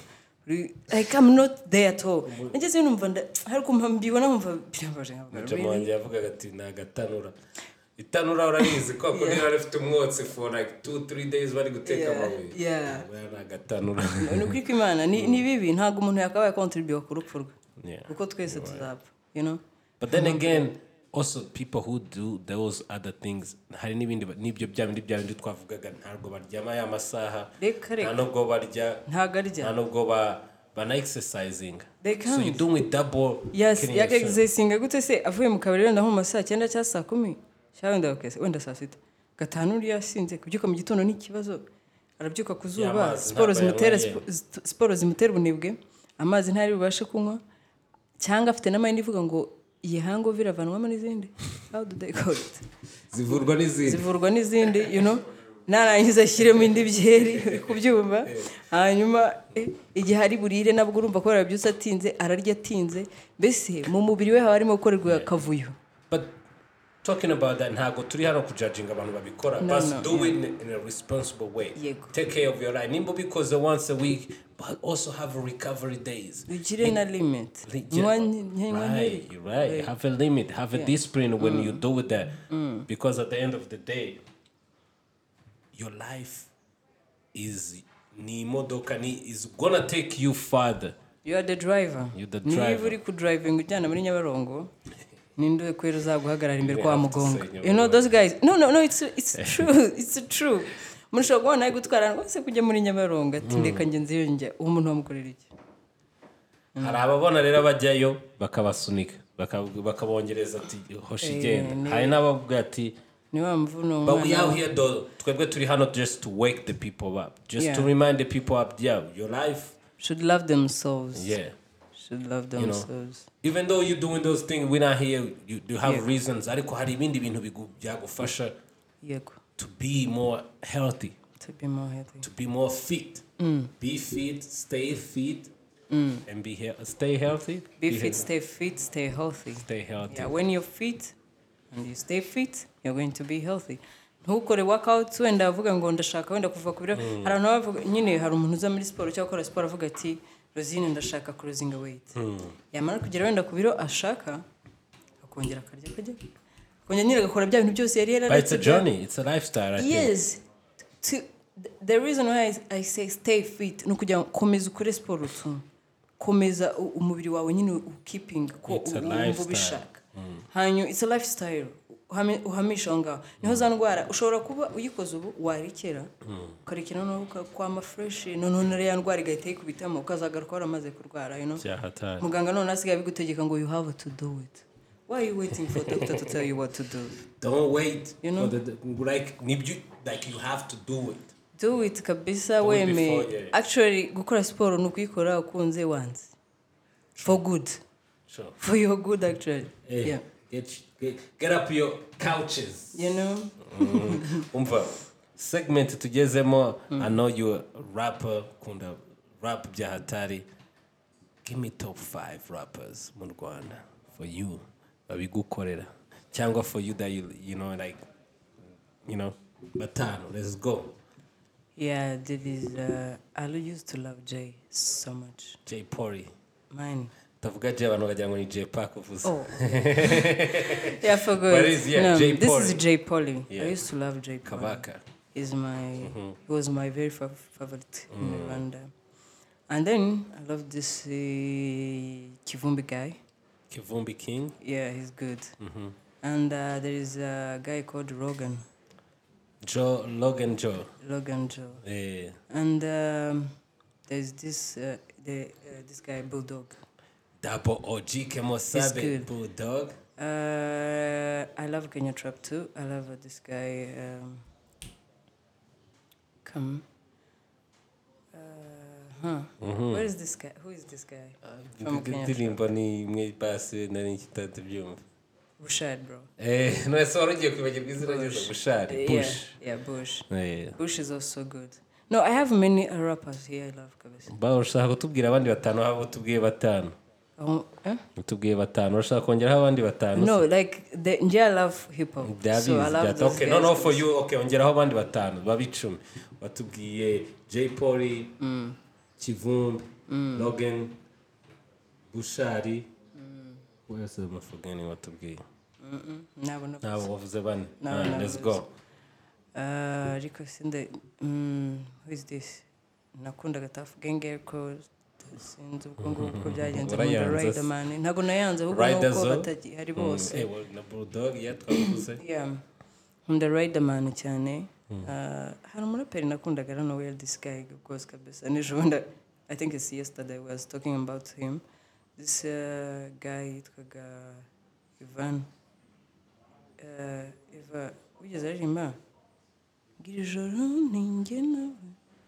Speaker 1: Uri- like I'm not there at all nageze numva nda hari ukuntu mbibona nkumva birambaje nkavuga
Speaker 2: Jama
Speaker 1: really?
Speaker 2: wanjye yavugaga ati ni agatanura. Itanura urabizi ko ako niba rifite umwotsi for like two, three days bari guteka
Speaker 1: Yeah,
Speaker 2: amabuye.
Speaker 1: yeah.
Speaker 2: Buriya ni agatanura.
Speaker 1: ni ukuri kw'imana ni ni bibi ntabwo umuntu yakabaye kontribuwa ku rupfu rwe
Speaker 2: Yeah,
Speaker 1: kuko twese tuzapfa you know
Speaker 2: But then again, also people who do those other things hari n'ibindi ba- n'ibyo bya bindi bya bindi twavugaga ntabwo baryama ya masaha
Speaker 1: Reka, reka.
Speaker 2: nta nubwo barya
Speaker 1: ntabwo
Speaker 2: nta
Speaker 1: arya
Speaker 2: nubwo ba bana exercising
Speaker 1: They
Speaker 2: so you
Speaker 1: can't.
Speaker 2: doing double
Speaker 1: yes
Speaker 2: killing yourself.
Speaker 1: yakagizesinga gute se avuye mu kabari wenda nko mu ma saa cyenda cyangwa saa kumi cyangwa wenda bakese wenda saa sita gatanu uriya asinze kubyuka mu gitondo ni ikibazo arabyuka ku zuba
Speaker 2: amazi
Speaker 1: siporo
Speaker 2: ntabwo
Speaker 1: zimutera
Speaker 2: yanyweye.
Speaker 1: spo- zi- siporo zimutera ubunebwe amazi ntari bubashe kunywa cyangwa afite n'amayindi ivuga ngo iyi hango biravanwamo n'izindi how do they call it
Speaker 2: zivurwa n'izindi
Speaker 1: zivurwa n'izindi you know narangiza ashyiremo indi byeri uri kubyumva hanyuma eh, igihe ari burire nabwo urumva ko yarabyutse atinze ararya atinze mbese mu mubiri we haba harimo gukorerwa akavuyo
Speaker 2: but talking about that ntabwo turi hano kujajinga abantu babikora
Speaker 1: No,
Speaker 2: but
Speaker 1: no,
Speaker 2: do it in- in a responsible way
Speaker 1: Yego.
Speaker 2: take care of your life nimba ubikoze once a week but also have recovery days
Speaker 1: ugire na limit
Speaker 2: Right, you're right. Have a limit, have a discipline when
Speaker 1: Mm.
Speaker 2: you do with that. Because at the end of the day, your life is ni imodoka ni is gonna take you further.
Speaker 1: you are the driver
Speaker 2: You're the
Speaker 1: niba
Speaker 2: driver.
Speaker 1: uri ku drivinga ujyana muri nyabarongo ninde kwera uzaguhagarara imbere
Speaker 2: Yeah,
Speaker 1: kwa
Speaker 2: I have to say
Speaker 1: mugongo you know
Speaker 2: Nyabarongo.
Speaker 1: those guys no no no it's it's true it's true mushobora kubona ari gutwara rwose kujya muri nyabarongo ati ndeka njye nziyongera uwo muntu wamukorera iki Mm.
Speaker 2: hari ababona rero bajyayo bakabasunika baka- bakabongereza ati hoshi igenda hari n'abavuga ati
Speaker 1: ni wa mvuno
Speaker 2: but we
Speaker 1: Eh, umwana
Speaker 2: out here though twebwe turi hano just to wake the people up just to
Speaker 1: Yeah.
Speaker 2: remind the people up yeah your life
Speaker 1: should love themselves
Speaker 2: yeah
Speaker 1: should love themselves
Speaker 2: even though you're doing those things we're not here you do have reasons ariko hari ibindi bintu bigu- byagufasha
Speaker 1: yego
Speaker 2: to be more healthy
Speaker 1: to be more healthy
Speaker 2: to be more fit
Speaker 1: Mm.
Speaker 2: be fit stay fit and be he- stay healthy
Speaker 1: be
Speaker 2: he-
Speaker 1: fit stay fit stay healthy
Speaker 2: stay healthy
Speaker 1: yeah when you're fit and you stay fit you're going to be healthy ntukore workout wenda avuga ngo ndashaka wenda kuva ku
Speaker 2: Hmm.
Speaker 1: biro hari abantu baba bavuga nyine hari umuntu uza muri siporo cyangwa ukora siporo avuga ati rosine ndashaka kuruzinga weight
Speaker 2: Hmm.
Speaker 1: yamara kugera wenda ku biro ashaka akongera akarya akarya akongera nyine agakora bya bintu byose yari
Speaker 2: but it's a
Speaker 1: yararetse
Speaker 2: journey it's a lifestyle I think.
Speaker 1: yes to, the- the reason why is- i say stay fit ni ukugira ngo komeza ukore siporo utuntu komeza u- umubiri wawe nyine ukipinga ko
Speaker 2: It's a
Speaker 1: ubu- wumva
Speaker 2: lifestyle. Mm.
Speaker 1: ubishaka hanyuma it's a lifestyle uhame- uhamisha aho ngaho niho za ndwara ushobora kuba uyikoze ubu warekera
Speaker 2: Mm.
Speaker 1: ukarekera noneho ukakwama fureshi noneho na ya ndwara igahita yikubitamo ukazagaruka waramaze kurwara you know?
Speaker 2: byahatari
Speaker 1: muganga noneho asigaye abigutegeka ngo you have to do it why are you waiting for doctor to tell you what to do
Speaker 2: don't wait
Speaker 1: You know?
Speaker 2: for the, the- like nibyo like you have to do it
Speaker 1: do it kabisa
Speaker 2: Do it
Speaker 1: weme
Speaker 2: before, yeah.
Speaker 1: actually gukora siporo ni ukuyikora ukunze once for good
Speaker 2: sure
Speaker 1: for your good actually
Speaker 2: hey,
Speaker 1: yeah
Speaker 2: get, get get up your couches
Speaker 1: you know Mm.
Speaker 2: umva segment tugezemo i know you a rapper ukunda rap bya hatari give me top 5 rappers mu rwanda for you babigukorera cyangwa for you that you, you know like you know batanu let's go
Speaker 1: yeah there is uh, i used to love jay so much
Speaker 2: jay pori
Speaker 1: mine
Speaker 2: tavuga jay abantu bakagira ngo ni jay park uvuze
Speaker 1: oh yeah i forgot
Speaker 2: But it's, yeah,
Speaker 1: no,
Speaker 2: Jay
Speaker 1: this
Speaker 2: Paul.
Speaker 1: is jay polly i
Speaker 2: Yeah.
Speaker 1: used to love jay polly
Speaker 2: kabaka Mm-hmm.
Speaker 1: is my he was my very fav- favorite in
Speaker 2: Mm.
Speaker 1: Rwanda. And then I love this uh, Kivumbi guy.
Speaker 2: kivumbi king
Speaker 1: Yeah, he's good. And uh, there is a guy called Rogan,
Speaker 2: joe logan joe
Speaker 1: Logan Joe.
Speaker 2: eh,
Speaker 1: And um, there's this uh, the, uh, this guy Bulldog.
Speaker 2: double og kemosabe
Speaker 1: good.
Speaker 2: bulldog
Speaker 1: Uh, I love Kenya Trap too. I love uh, this guy. Um, come. Uh, huh. Where is this guy? Who is this guy?
Speaker 2: Uh,
Speaker 1: From Kenya Trap.
Speaker 2: indirimbo ni imwe basi nari kitatu byumva
Speaker 1: Bushad, bro.
Speaker 2: Eh, nonese wari ugiye kwibagirwa izina ry'izo bushari bush
Speaker 1: Yeah, yeah, Bush.
Speaker 2: Eh,
Speaker 1: Bush is also good. No, I have many uh, rappers here I love kabisa.
Speaker 2: ba urashaka kutubwira abandi batanu aho utubwiye batanu
Speaker 1: Um, eh?
Speaker 2: utubwiye batanu urashaka kongeraho abandi batanu
Speaker 1: No, like the yeah, I love hip hop.
Speaker 2: byabizi
Speaker 1: So I love
Speaker 2: byata
Speaker 1: those
Speaker 2: okay
Speaker 1: guys.
Speaker 2: no no for you okay ongeraho abandi batanu babe icumi watubwiye jay poli
Speaker 1: Mm.
Speaker 2: kivumbi logan bushari
Speaker 1: Mm.
Speaker 2: who else am I forgetting watubwiye
Speaker 1: Nabo nabo.
Speaker 2: nabo wavuze bane
Speaker 1: No,
Speaker 2: Ah,
Speaker 1: no,
Speaker 2: let's
Speaker 1: no.
Speaker 2: go
Speaker 1: Uh, Rico Sinde. Mm, who is this? Nakundaga Tough Gang Airco. Sinzi ubwo
Speaker 2: Mm,
Speaker 1: nguko byagenze muri
Speaker 2: Urayanza se?
Speaker 1: Riderman. Ntago nayanze ahubwo
Speaker 2: Rider
Speaker 1: nuko
Speaker 2: Zo?
Speaker 1: batagihari
Speaker 2: Mm,
Speaker 1: bose.
Speaker 2: eh, well, na bulldog iya twavuze
Speaker 1: Yeah. Nkunda Riderman cyane. Uh, hari umuraperi nakundaga I don't know where this guy goes kabisa. Nijoro nda I think it's yesterday we was talking about him. This uh, guy yitwaga Ivan. Uh, Iva wigeze aririmba? Gira ijoro ninjye nawe.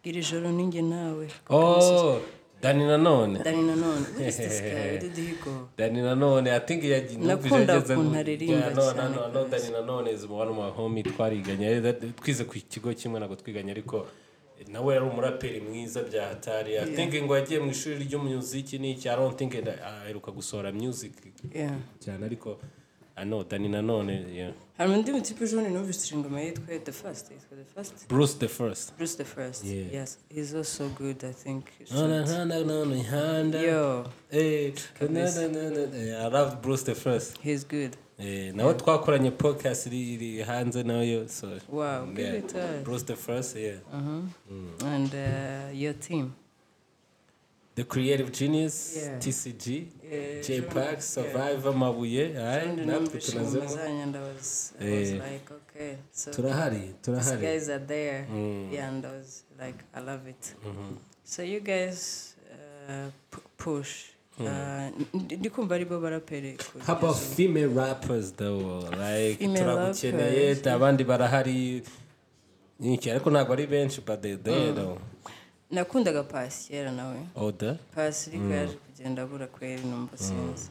Speaker 1: Gira ijoro ninjye nawe.
Speaker 2: oh dani nanone
Speaker 1: Dani nanone. Where is this guy? Where did he go?
Speaker 2: dani nanone i think yagiye
Speaker 1: Nakunda ukuntu aririmba cyane
Speaker 2: no dani nanone is one of my homie twariganye Eh, that- twize ku kigo kimwe ntabwo twiganye ariko eh, nawe yari umuraperi mwiza bya hatari i think ngo yagiye mu ishuri ry'umuziki n'iki i don't think and- aheruka gusohora music
Speaker 1: Yeah.
Speaker 2: cyane ariko i know dani nanone yeah.
Speaker 1: Hari undi mutipe ejo bundi numvise ingoma yitwa The First. Yitwa The First.
Speaker 2: bruce the first
Speaker 1: Bruce the First.
Speaker 2: Yeah.
Speaker 1: Yes, he's also good. I think.
Speaker 2: Yo,
Speaker 1: Yo,
Speaker 2: Eh, na- na- na- na- eh, I love Bruce the first.
Speaker 1: he's good.
Speaker 2: Eh, nawe twakoranye podcast iri iri hanze nayo so
Speaker 1: Wow, give
Speaker 2: yeah. Mm.
Speaker 1: it us.
Speaker 2: Bruce the first yeah.
Speaker 1: And uh, your team.
Speaker 2: The Creative Genius
Speaker 1: Yeah.
Speaker 2: TCG
Speaker 1: Yeah,
Speaker 2: J
Speaker 1: sure.
Speaker 2: Park Survivor Mabuye aye,
Speaker 1: And
Speaker 2: natwe
Speaker 1: numvise ingoma
Speaker 2: tunazemo
Speaker 1: zanyu and I was, I was like, okay, so
Speaker 2: turahari
Speaker 1: these
Speaker 2: turahari
Speaker 1: guys are there.
Speaker 2: Mm.
Speaker 1: Yeah, and I was like, I love it.
Speaker 2: Mm-hmm.
Speaker 1: So you guys uh, p- push.
Speaker 2: Mm.
Speaker 1: Uh, ndi kumva ari bo baraperi
Speaker 2: How about female rappers though like
Speaker 1: Female
Speaker 2: turagukeneye abandi barahari nyinshi ariko ntabwo ari benshi but they
Speaker 1: Mm.
Speaker 2: there though
Speaker 1: nakundaga pasi kera nawe
Speaker 2: Oda
Speaker 1: pasi ariko yaje kugenda abura kweri numva
Speaker 2: Mm.
Speaker 1: sinzi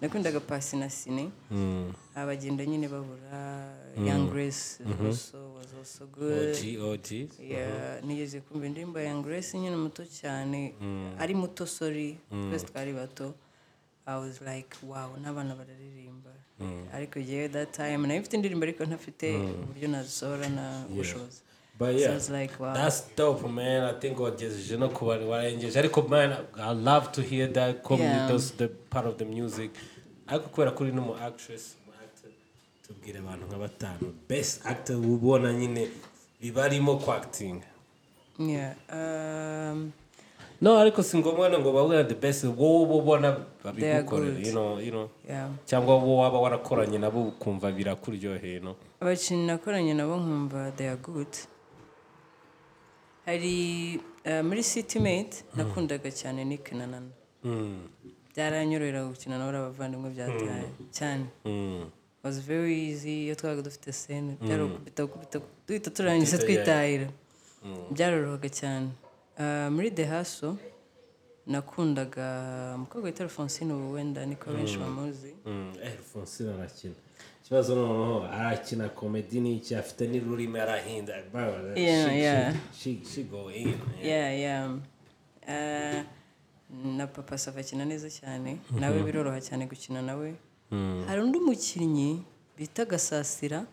Speaker 1: nakundaga pasi na sine abagenda nyine babura young grace also was also good
Speaker 2: OG OG
Speaker 1: Yeah, nigeze kumva indirimbo ya grace nyine muto cyane ari muto sorry twese twari bato i was like wow n'abana bararirimba ariko yewe that time nayo mfite indirimbo ariko ntafite uburyo nazisohora na ubushobozi
Speaker 2: But
Speaker 1: so
Speaker 2: yeah,
Speaker 1: it's like wow
Speaker 2: that's dope, man. I think wagejeje no ku bari warengeje ariko man I love to hear that comedy
Speaker 1: Yeah.
Speaker 2: those the part of the music ariko kubera kuri no mu actress mu actor tubwire abantu nka batanu best actor ubona nyine bibarimo ku acting
Speaker 1: Yeah. Um,
Speaker 2: no ariko si ngombwa ngo bavuga the best wowe uba ubona
Speaker 1: They
Speaker 2: babigukorera
Speaker 1: are good.
Speaker 2: you know, you know.
Speaker 1: yeah.
Speaker 2: cyangwa wowe waba warakoranye nabo ukumva birakuryoheye no
Speaker 1: abakinnyi nakoranye nabo nkumva they are good hari eh, muri city mate nakundaga cyane nick na nana
Speaker 2: Mm,
Speaker 1: byaranyorohera gukina nabo ari abavandimwe byataye cyane
Speaker 2: Mm.
Speaker 1: was very easy iyo twabaga dufite sene byarukubita gukubita duhita turangiza twitahira byarorohaga cyane Eh, muri the haso nakundaga umukobwa witwa alphonsine ubu wenda niko benshi bamuzi
Speaker 2: Mm, eh, Alphonsine arakina ikibazo noneho arakina komedi n'iki afite n'ururimi arahinda Baba,
Speaker 1: Yeah,
Speaker 2: she-
Speaker 1: yeah.
Speaker 2: she- she- she go in, yeah.
Speaker 1: yeah yeah uh, na papa sava akina neza cyane nawe biroroha cyane gukina nawe hari undi mukinnyi bita gasasira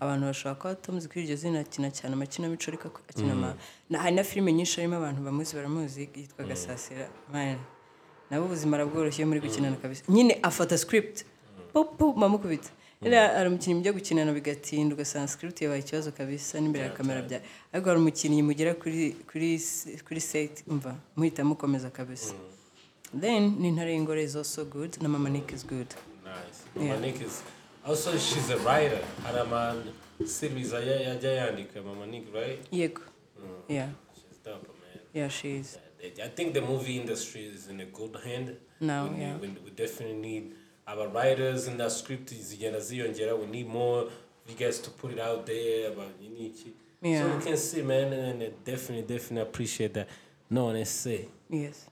Speaker 1: abantu bashobora kuba batamuzi kuri iryo zina akina cyane amakinamico ariko ak- akina ama- na- hari na filime nyinshi harimo abantu bamuzi baramuzi yitwa gasasira Man, nabo ubuzima arabworoshye iyo muri gukinana kabisa nyine afata script popu mamukubita rero hari umukinnyi mujya gukinana bigatinda ugasanga script yabaye ikibazo kabisa n'imbere ya kamera bya ariko hari umukinnyi mugera kuri kuri s- kuri set umva muhita mukomeza kabisa then ni ntare y'ingore is also good na mama nick is good
Speaker 2: Nice. Mama Nick is also she's a writer hari ama series ajya yajya yandika Mama Nick right
Speaker 1: yego yeah
Speaker 2: she's dope man
Speaker 1: yeah she is
Speaker 2: I think the movie industry is in a good hand.
Speaker 1: Now,
Speaker 2: we,
Speaker 1: yeah.
Speaker 2: we, we definitely need our writers and our script is ziyongera. We need more you guys to put it out there. But you need to, so
Speaker 1: Yeah.
Speaker 2: we can see, man, and I definitely, definitely appreciate that. No, and I say
Speaker 1: yes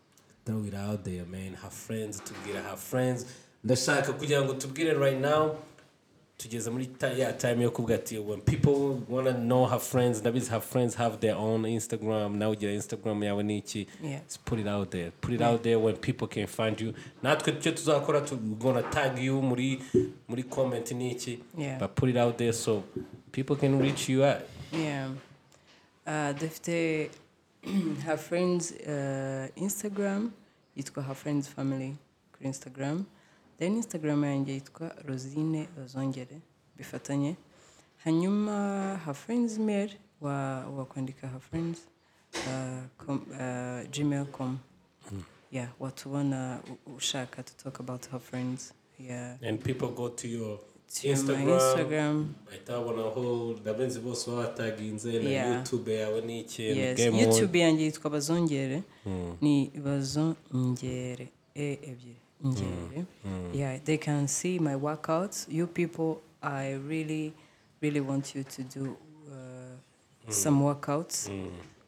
Speaker 2: throw it out there, man. Have friends together, have friends. Ndashaka kugira ngo tubwire right now tugeze muri ta- ya time yo kuvuga ati when people want to know her friends ndabizi her friends have their own instagram nawe ugira instagram yawe ni iki
Speaker 1: Yeah.
Speaker 2: Let's put it out there put it out there when people can find you natwe icyo tuzakora tugona tag you muri muri comment ni iki
Speaker 1: Yeah.
Speaker 2: but put it out there so people can reach you at
Speaker 1: Yeah. Uh, dufite her friends uh, Instagram yitwa her friends family kuri Instagram. Then Instagram yanjye yitwa Rosine Ozongere bifatanye. Hanyuma her friends mail wa wa kwandika her friends uh, com, uh, gmail.com. Yeah, watubona u- ushaka to talk about her friends. Yeah.
Speaker 2: and people go to your
Speaker 1: To my Instagram.
Speaker 2: bahitabonaho ndabenzi bose baba bataginze na
Speaker 1: Yeah.
Speaker 2: youtube yawe ni iki na
Speaker 1: yes
Speaker 2: Game On.
Speaker 1: youtube yanjye yitwa bazongere ni bazongere e ebyiri ngere yeah they can see my workouts you people i really really want you to do uh, some workouts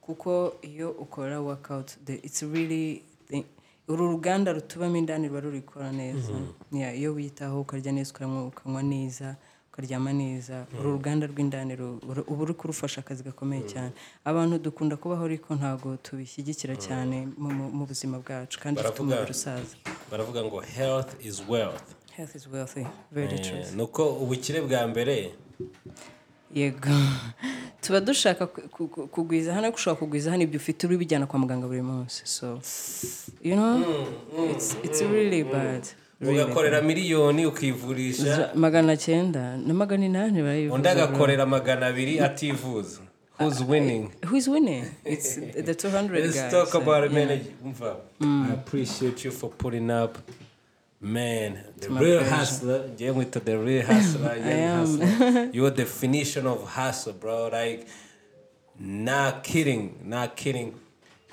Speaker 1: kuko iyo ukora workout the, it's really the, uru ruganda rutubamo indani ruba rurikora neza yeah, iyo wiyitaho ukarya neza ukaranywa- ukanywa neza ukaryama neza uru ruganda rw'indani ru- ru- uba uri kurufasha akazi gakomeye cyane abantu dukunda kubaho ariko ntabwo tubishyigikira cyane mu, mu, mu buzima bwacu kandi dufite
Speaker 2: Baravuga.
Speaker 1: umubiri usaza
Speaker 2: baravuga ngo health is wealth
Speaker 1: health is wealthy very true
Speaker 2: Eh, nuko ubukire bwa mbere
Speaker 1: yego tuba dushaka ku- ku- ku- kugwiza hano ariko ushobora kugwiza hano ibyo ufite uri bijyana kwa muganga buri munsi so you know it's, it's really bad really.
Speaker 2: ugakorera miliyoni ukivurisha
Speaker 1: Za- magana cyenda na magana inani
Speaker 2: undi
Speaker 1: barayivuza bro.
Speaker 2: agakorera magana abiri ativuza who's winning
Speaker 1: who is winning it's the 200
Speaker 2: Let's
Speaker 1: guys
Speaker 2: talk about it,
Speaker 1: yeah. Mm.
Speaker 2: man. Umva, I appreciate you for putting up, man. The
Speaker 1: my
Speaker 2: real
Speaker 1: pleasure.
Speaker 2: hustler. Yeah, with the real hustler. young
Speaker 1: am.
Speaker 2: hustler. You're definition of hustle, bro. Like, not kidding, not kidding.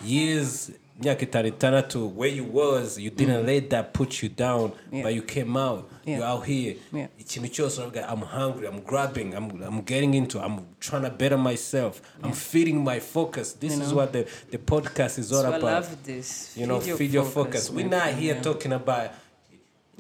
Speaker 2: Years, myaka itanu itandatu, where you was, you didn't let that put you down,
Speaker 1: Mm-hmm. Yeah.
Speaker 2: but you came out. You're
Speaker 1: Yeah.
Speaker 2: out here.
Speaker 1: Yeah.
Speaker 2: ikintu cyose uravuga i'm hungry i'm grabbing I'm, i'm getting into i'm trying to better myself i'm feeding my focus this is what the, the podcast is all
Speaker 1: so I
Speaker 2: about
Speaker 1: love this
Speaker 2: you know feed your focus, we're
Speaker 1: man.
Speaker 2: not here
Speaker 1: Yeah.
Speaker 2: talking about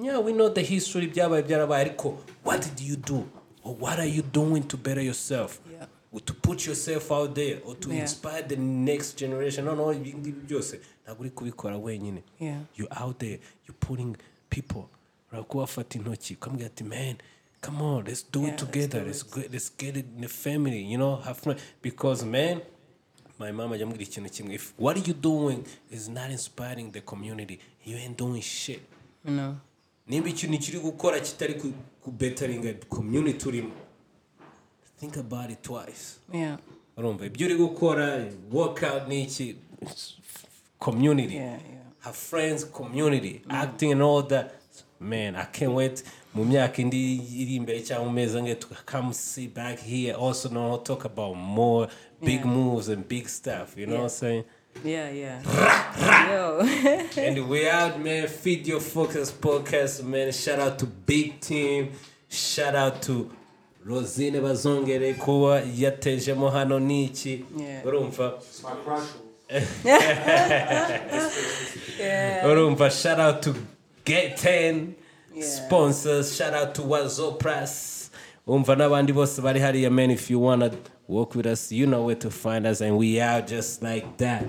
Speaker 2: yeah we know the history byabaye byarabaye ariko what did you do or what are you doing to better yourself
Speaker 1: Yeah.
Speaker 2: or to put yourself out there or to
Speaker 1: Yeah.
Speaker 2: inspire the next generation no no ibi ngibi byose ntabwo uri kubikora wenyine
Speaker 1: Yeah.
Speaker 2: you're out there you're putting people urakuba wafata intoki ukamubwira ati man come on let's do
Speaker 1: Yeah,
Speaker 2: it
Speaker 1: let's
Speaker 2: together
Speaker 1: do
Speaker 2: let's, go, let's get it in the family you know have fun because man my mama jamubwira ikintu kimwe if what you doing is not inspiring the community you ain't doing shit
Speaker 1: you know
Speaker 2: nimba ikintu kiri gukora kitari ku- kubetaringa community urimo think about it twice
Speaker 1: yeah
Speaker 2: urumva ibyo uri gukora workout ni iki community,
Speaker 1: Yeah, yeah. Mm.
Speaker 2: her friends community, acting and all that. Man, I can't wait. mu myaka indi iri imbere cyangwa mu mezi angahe tuka- come see back here also know talk about more big
Speaker 1: Yeah.
Speaker 2: moves and big stuff you know what i'm saying
Speaker 1: Yeah, yeah. Yo.
Speaker 2: and we out, man. Feed your focus podcast, man. Shout out to Big Team. Shout out to Rosine Bazongere kuba yatejemo hano n'iki
Speaker 1: Yeah.
Speaker 2: urumva
Speaker 3: It's my crush.
Speaker 2: urumva shout out to get 10
Speaker 1: Yeah.
Speaker 2: sponsors shout out to wazo press umva n'abandi bose bari hariya man if you wanna work with us you know where to find us and we are just like that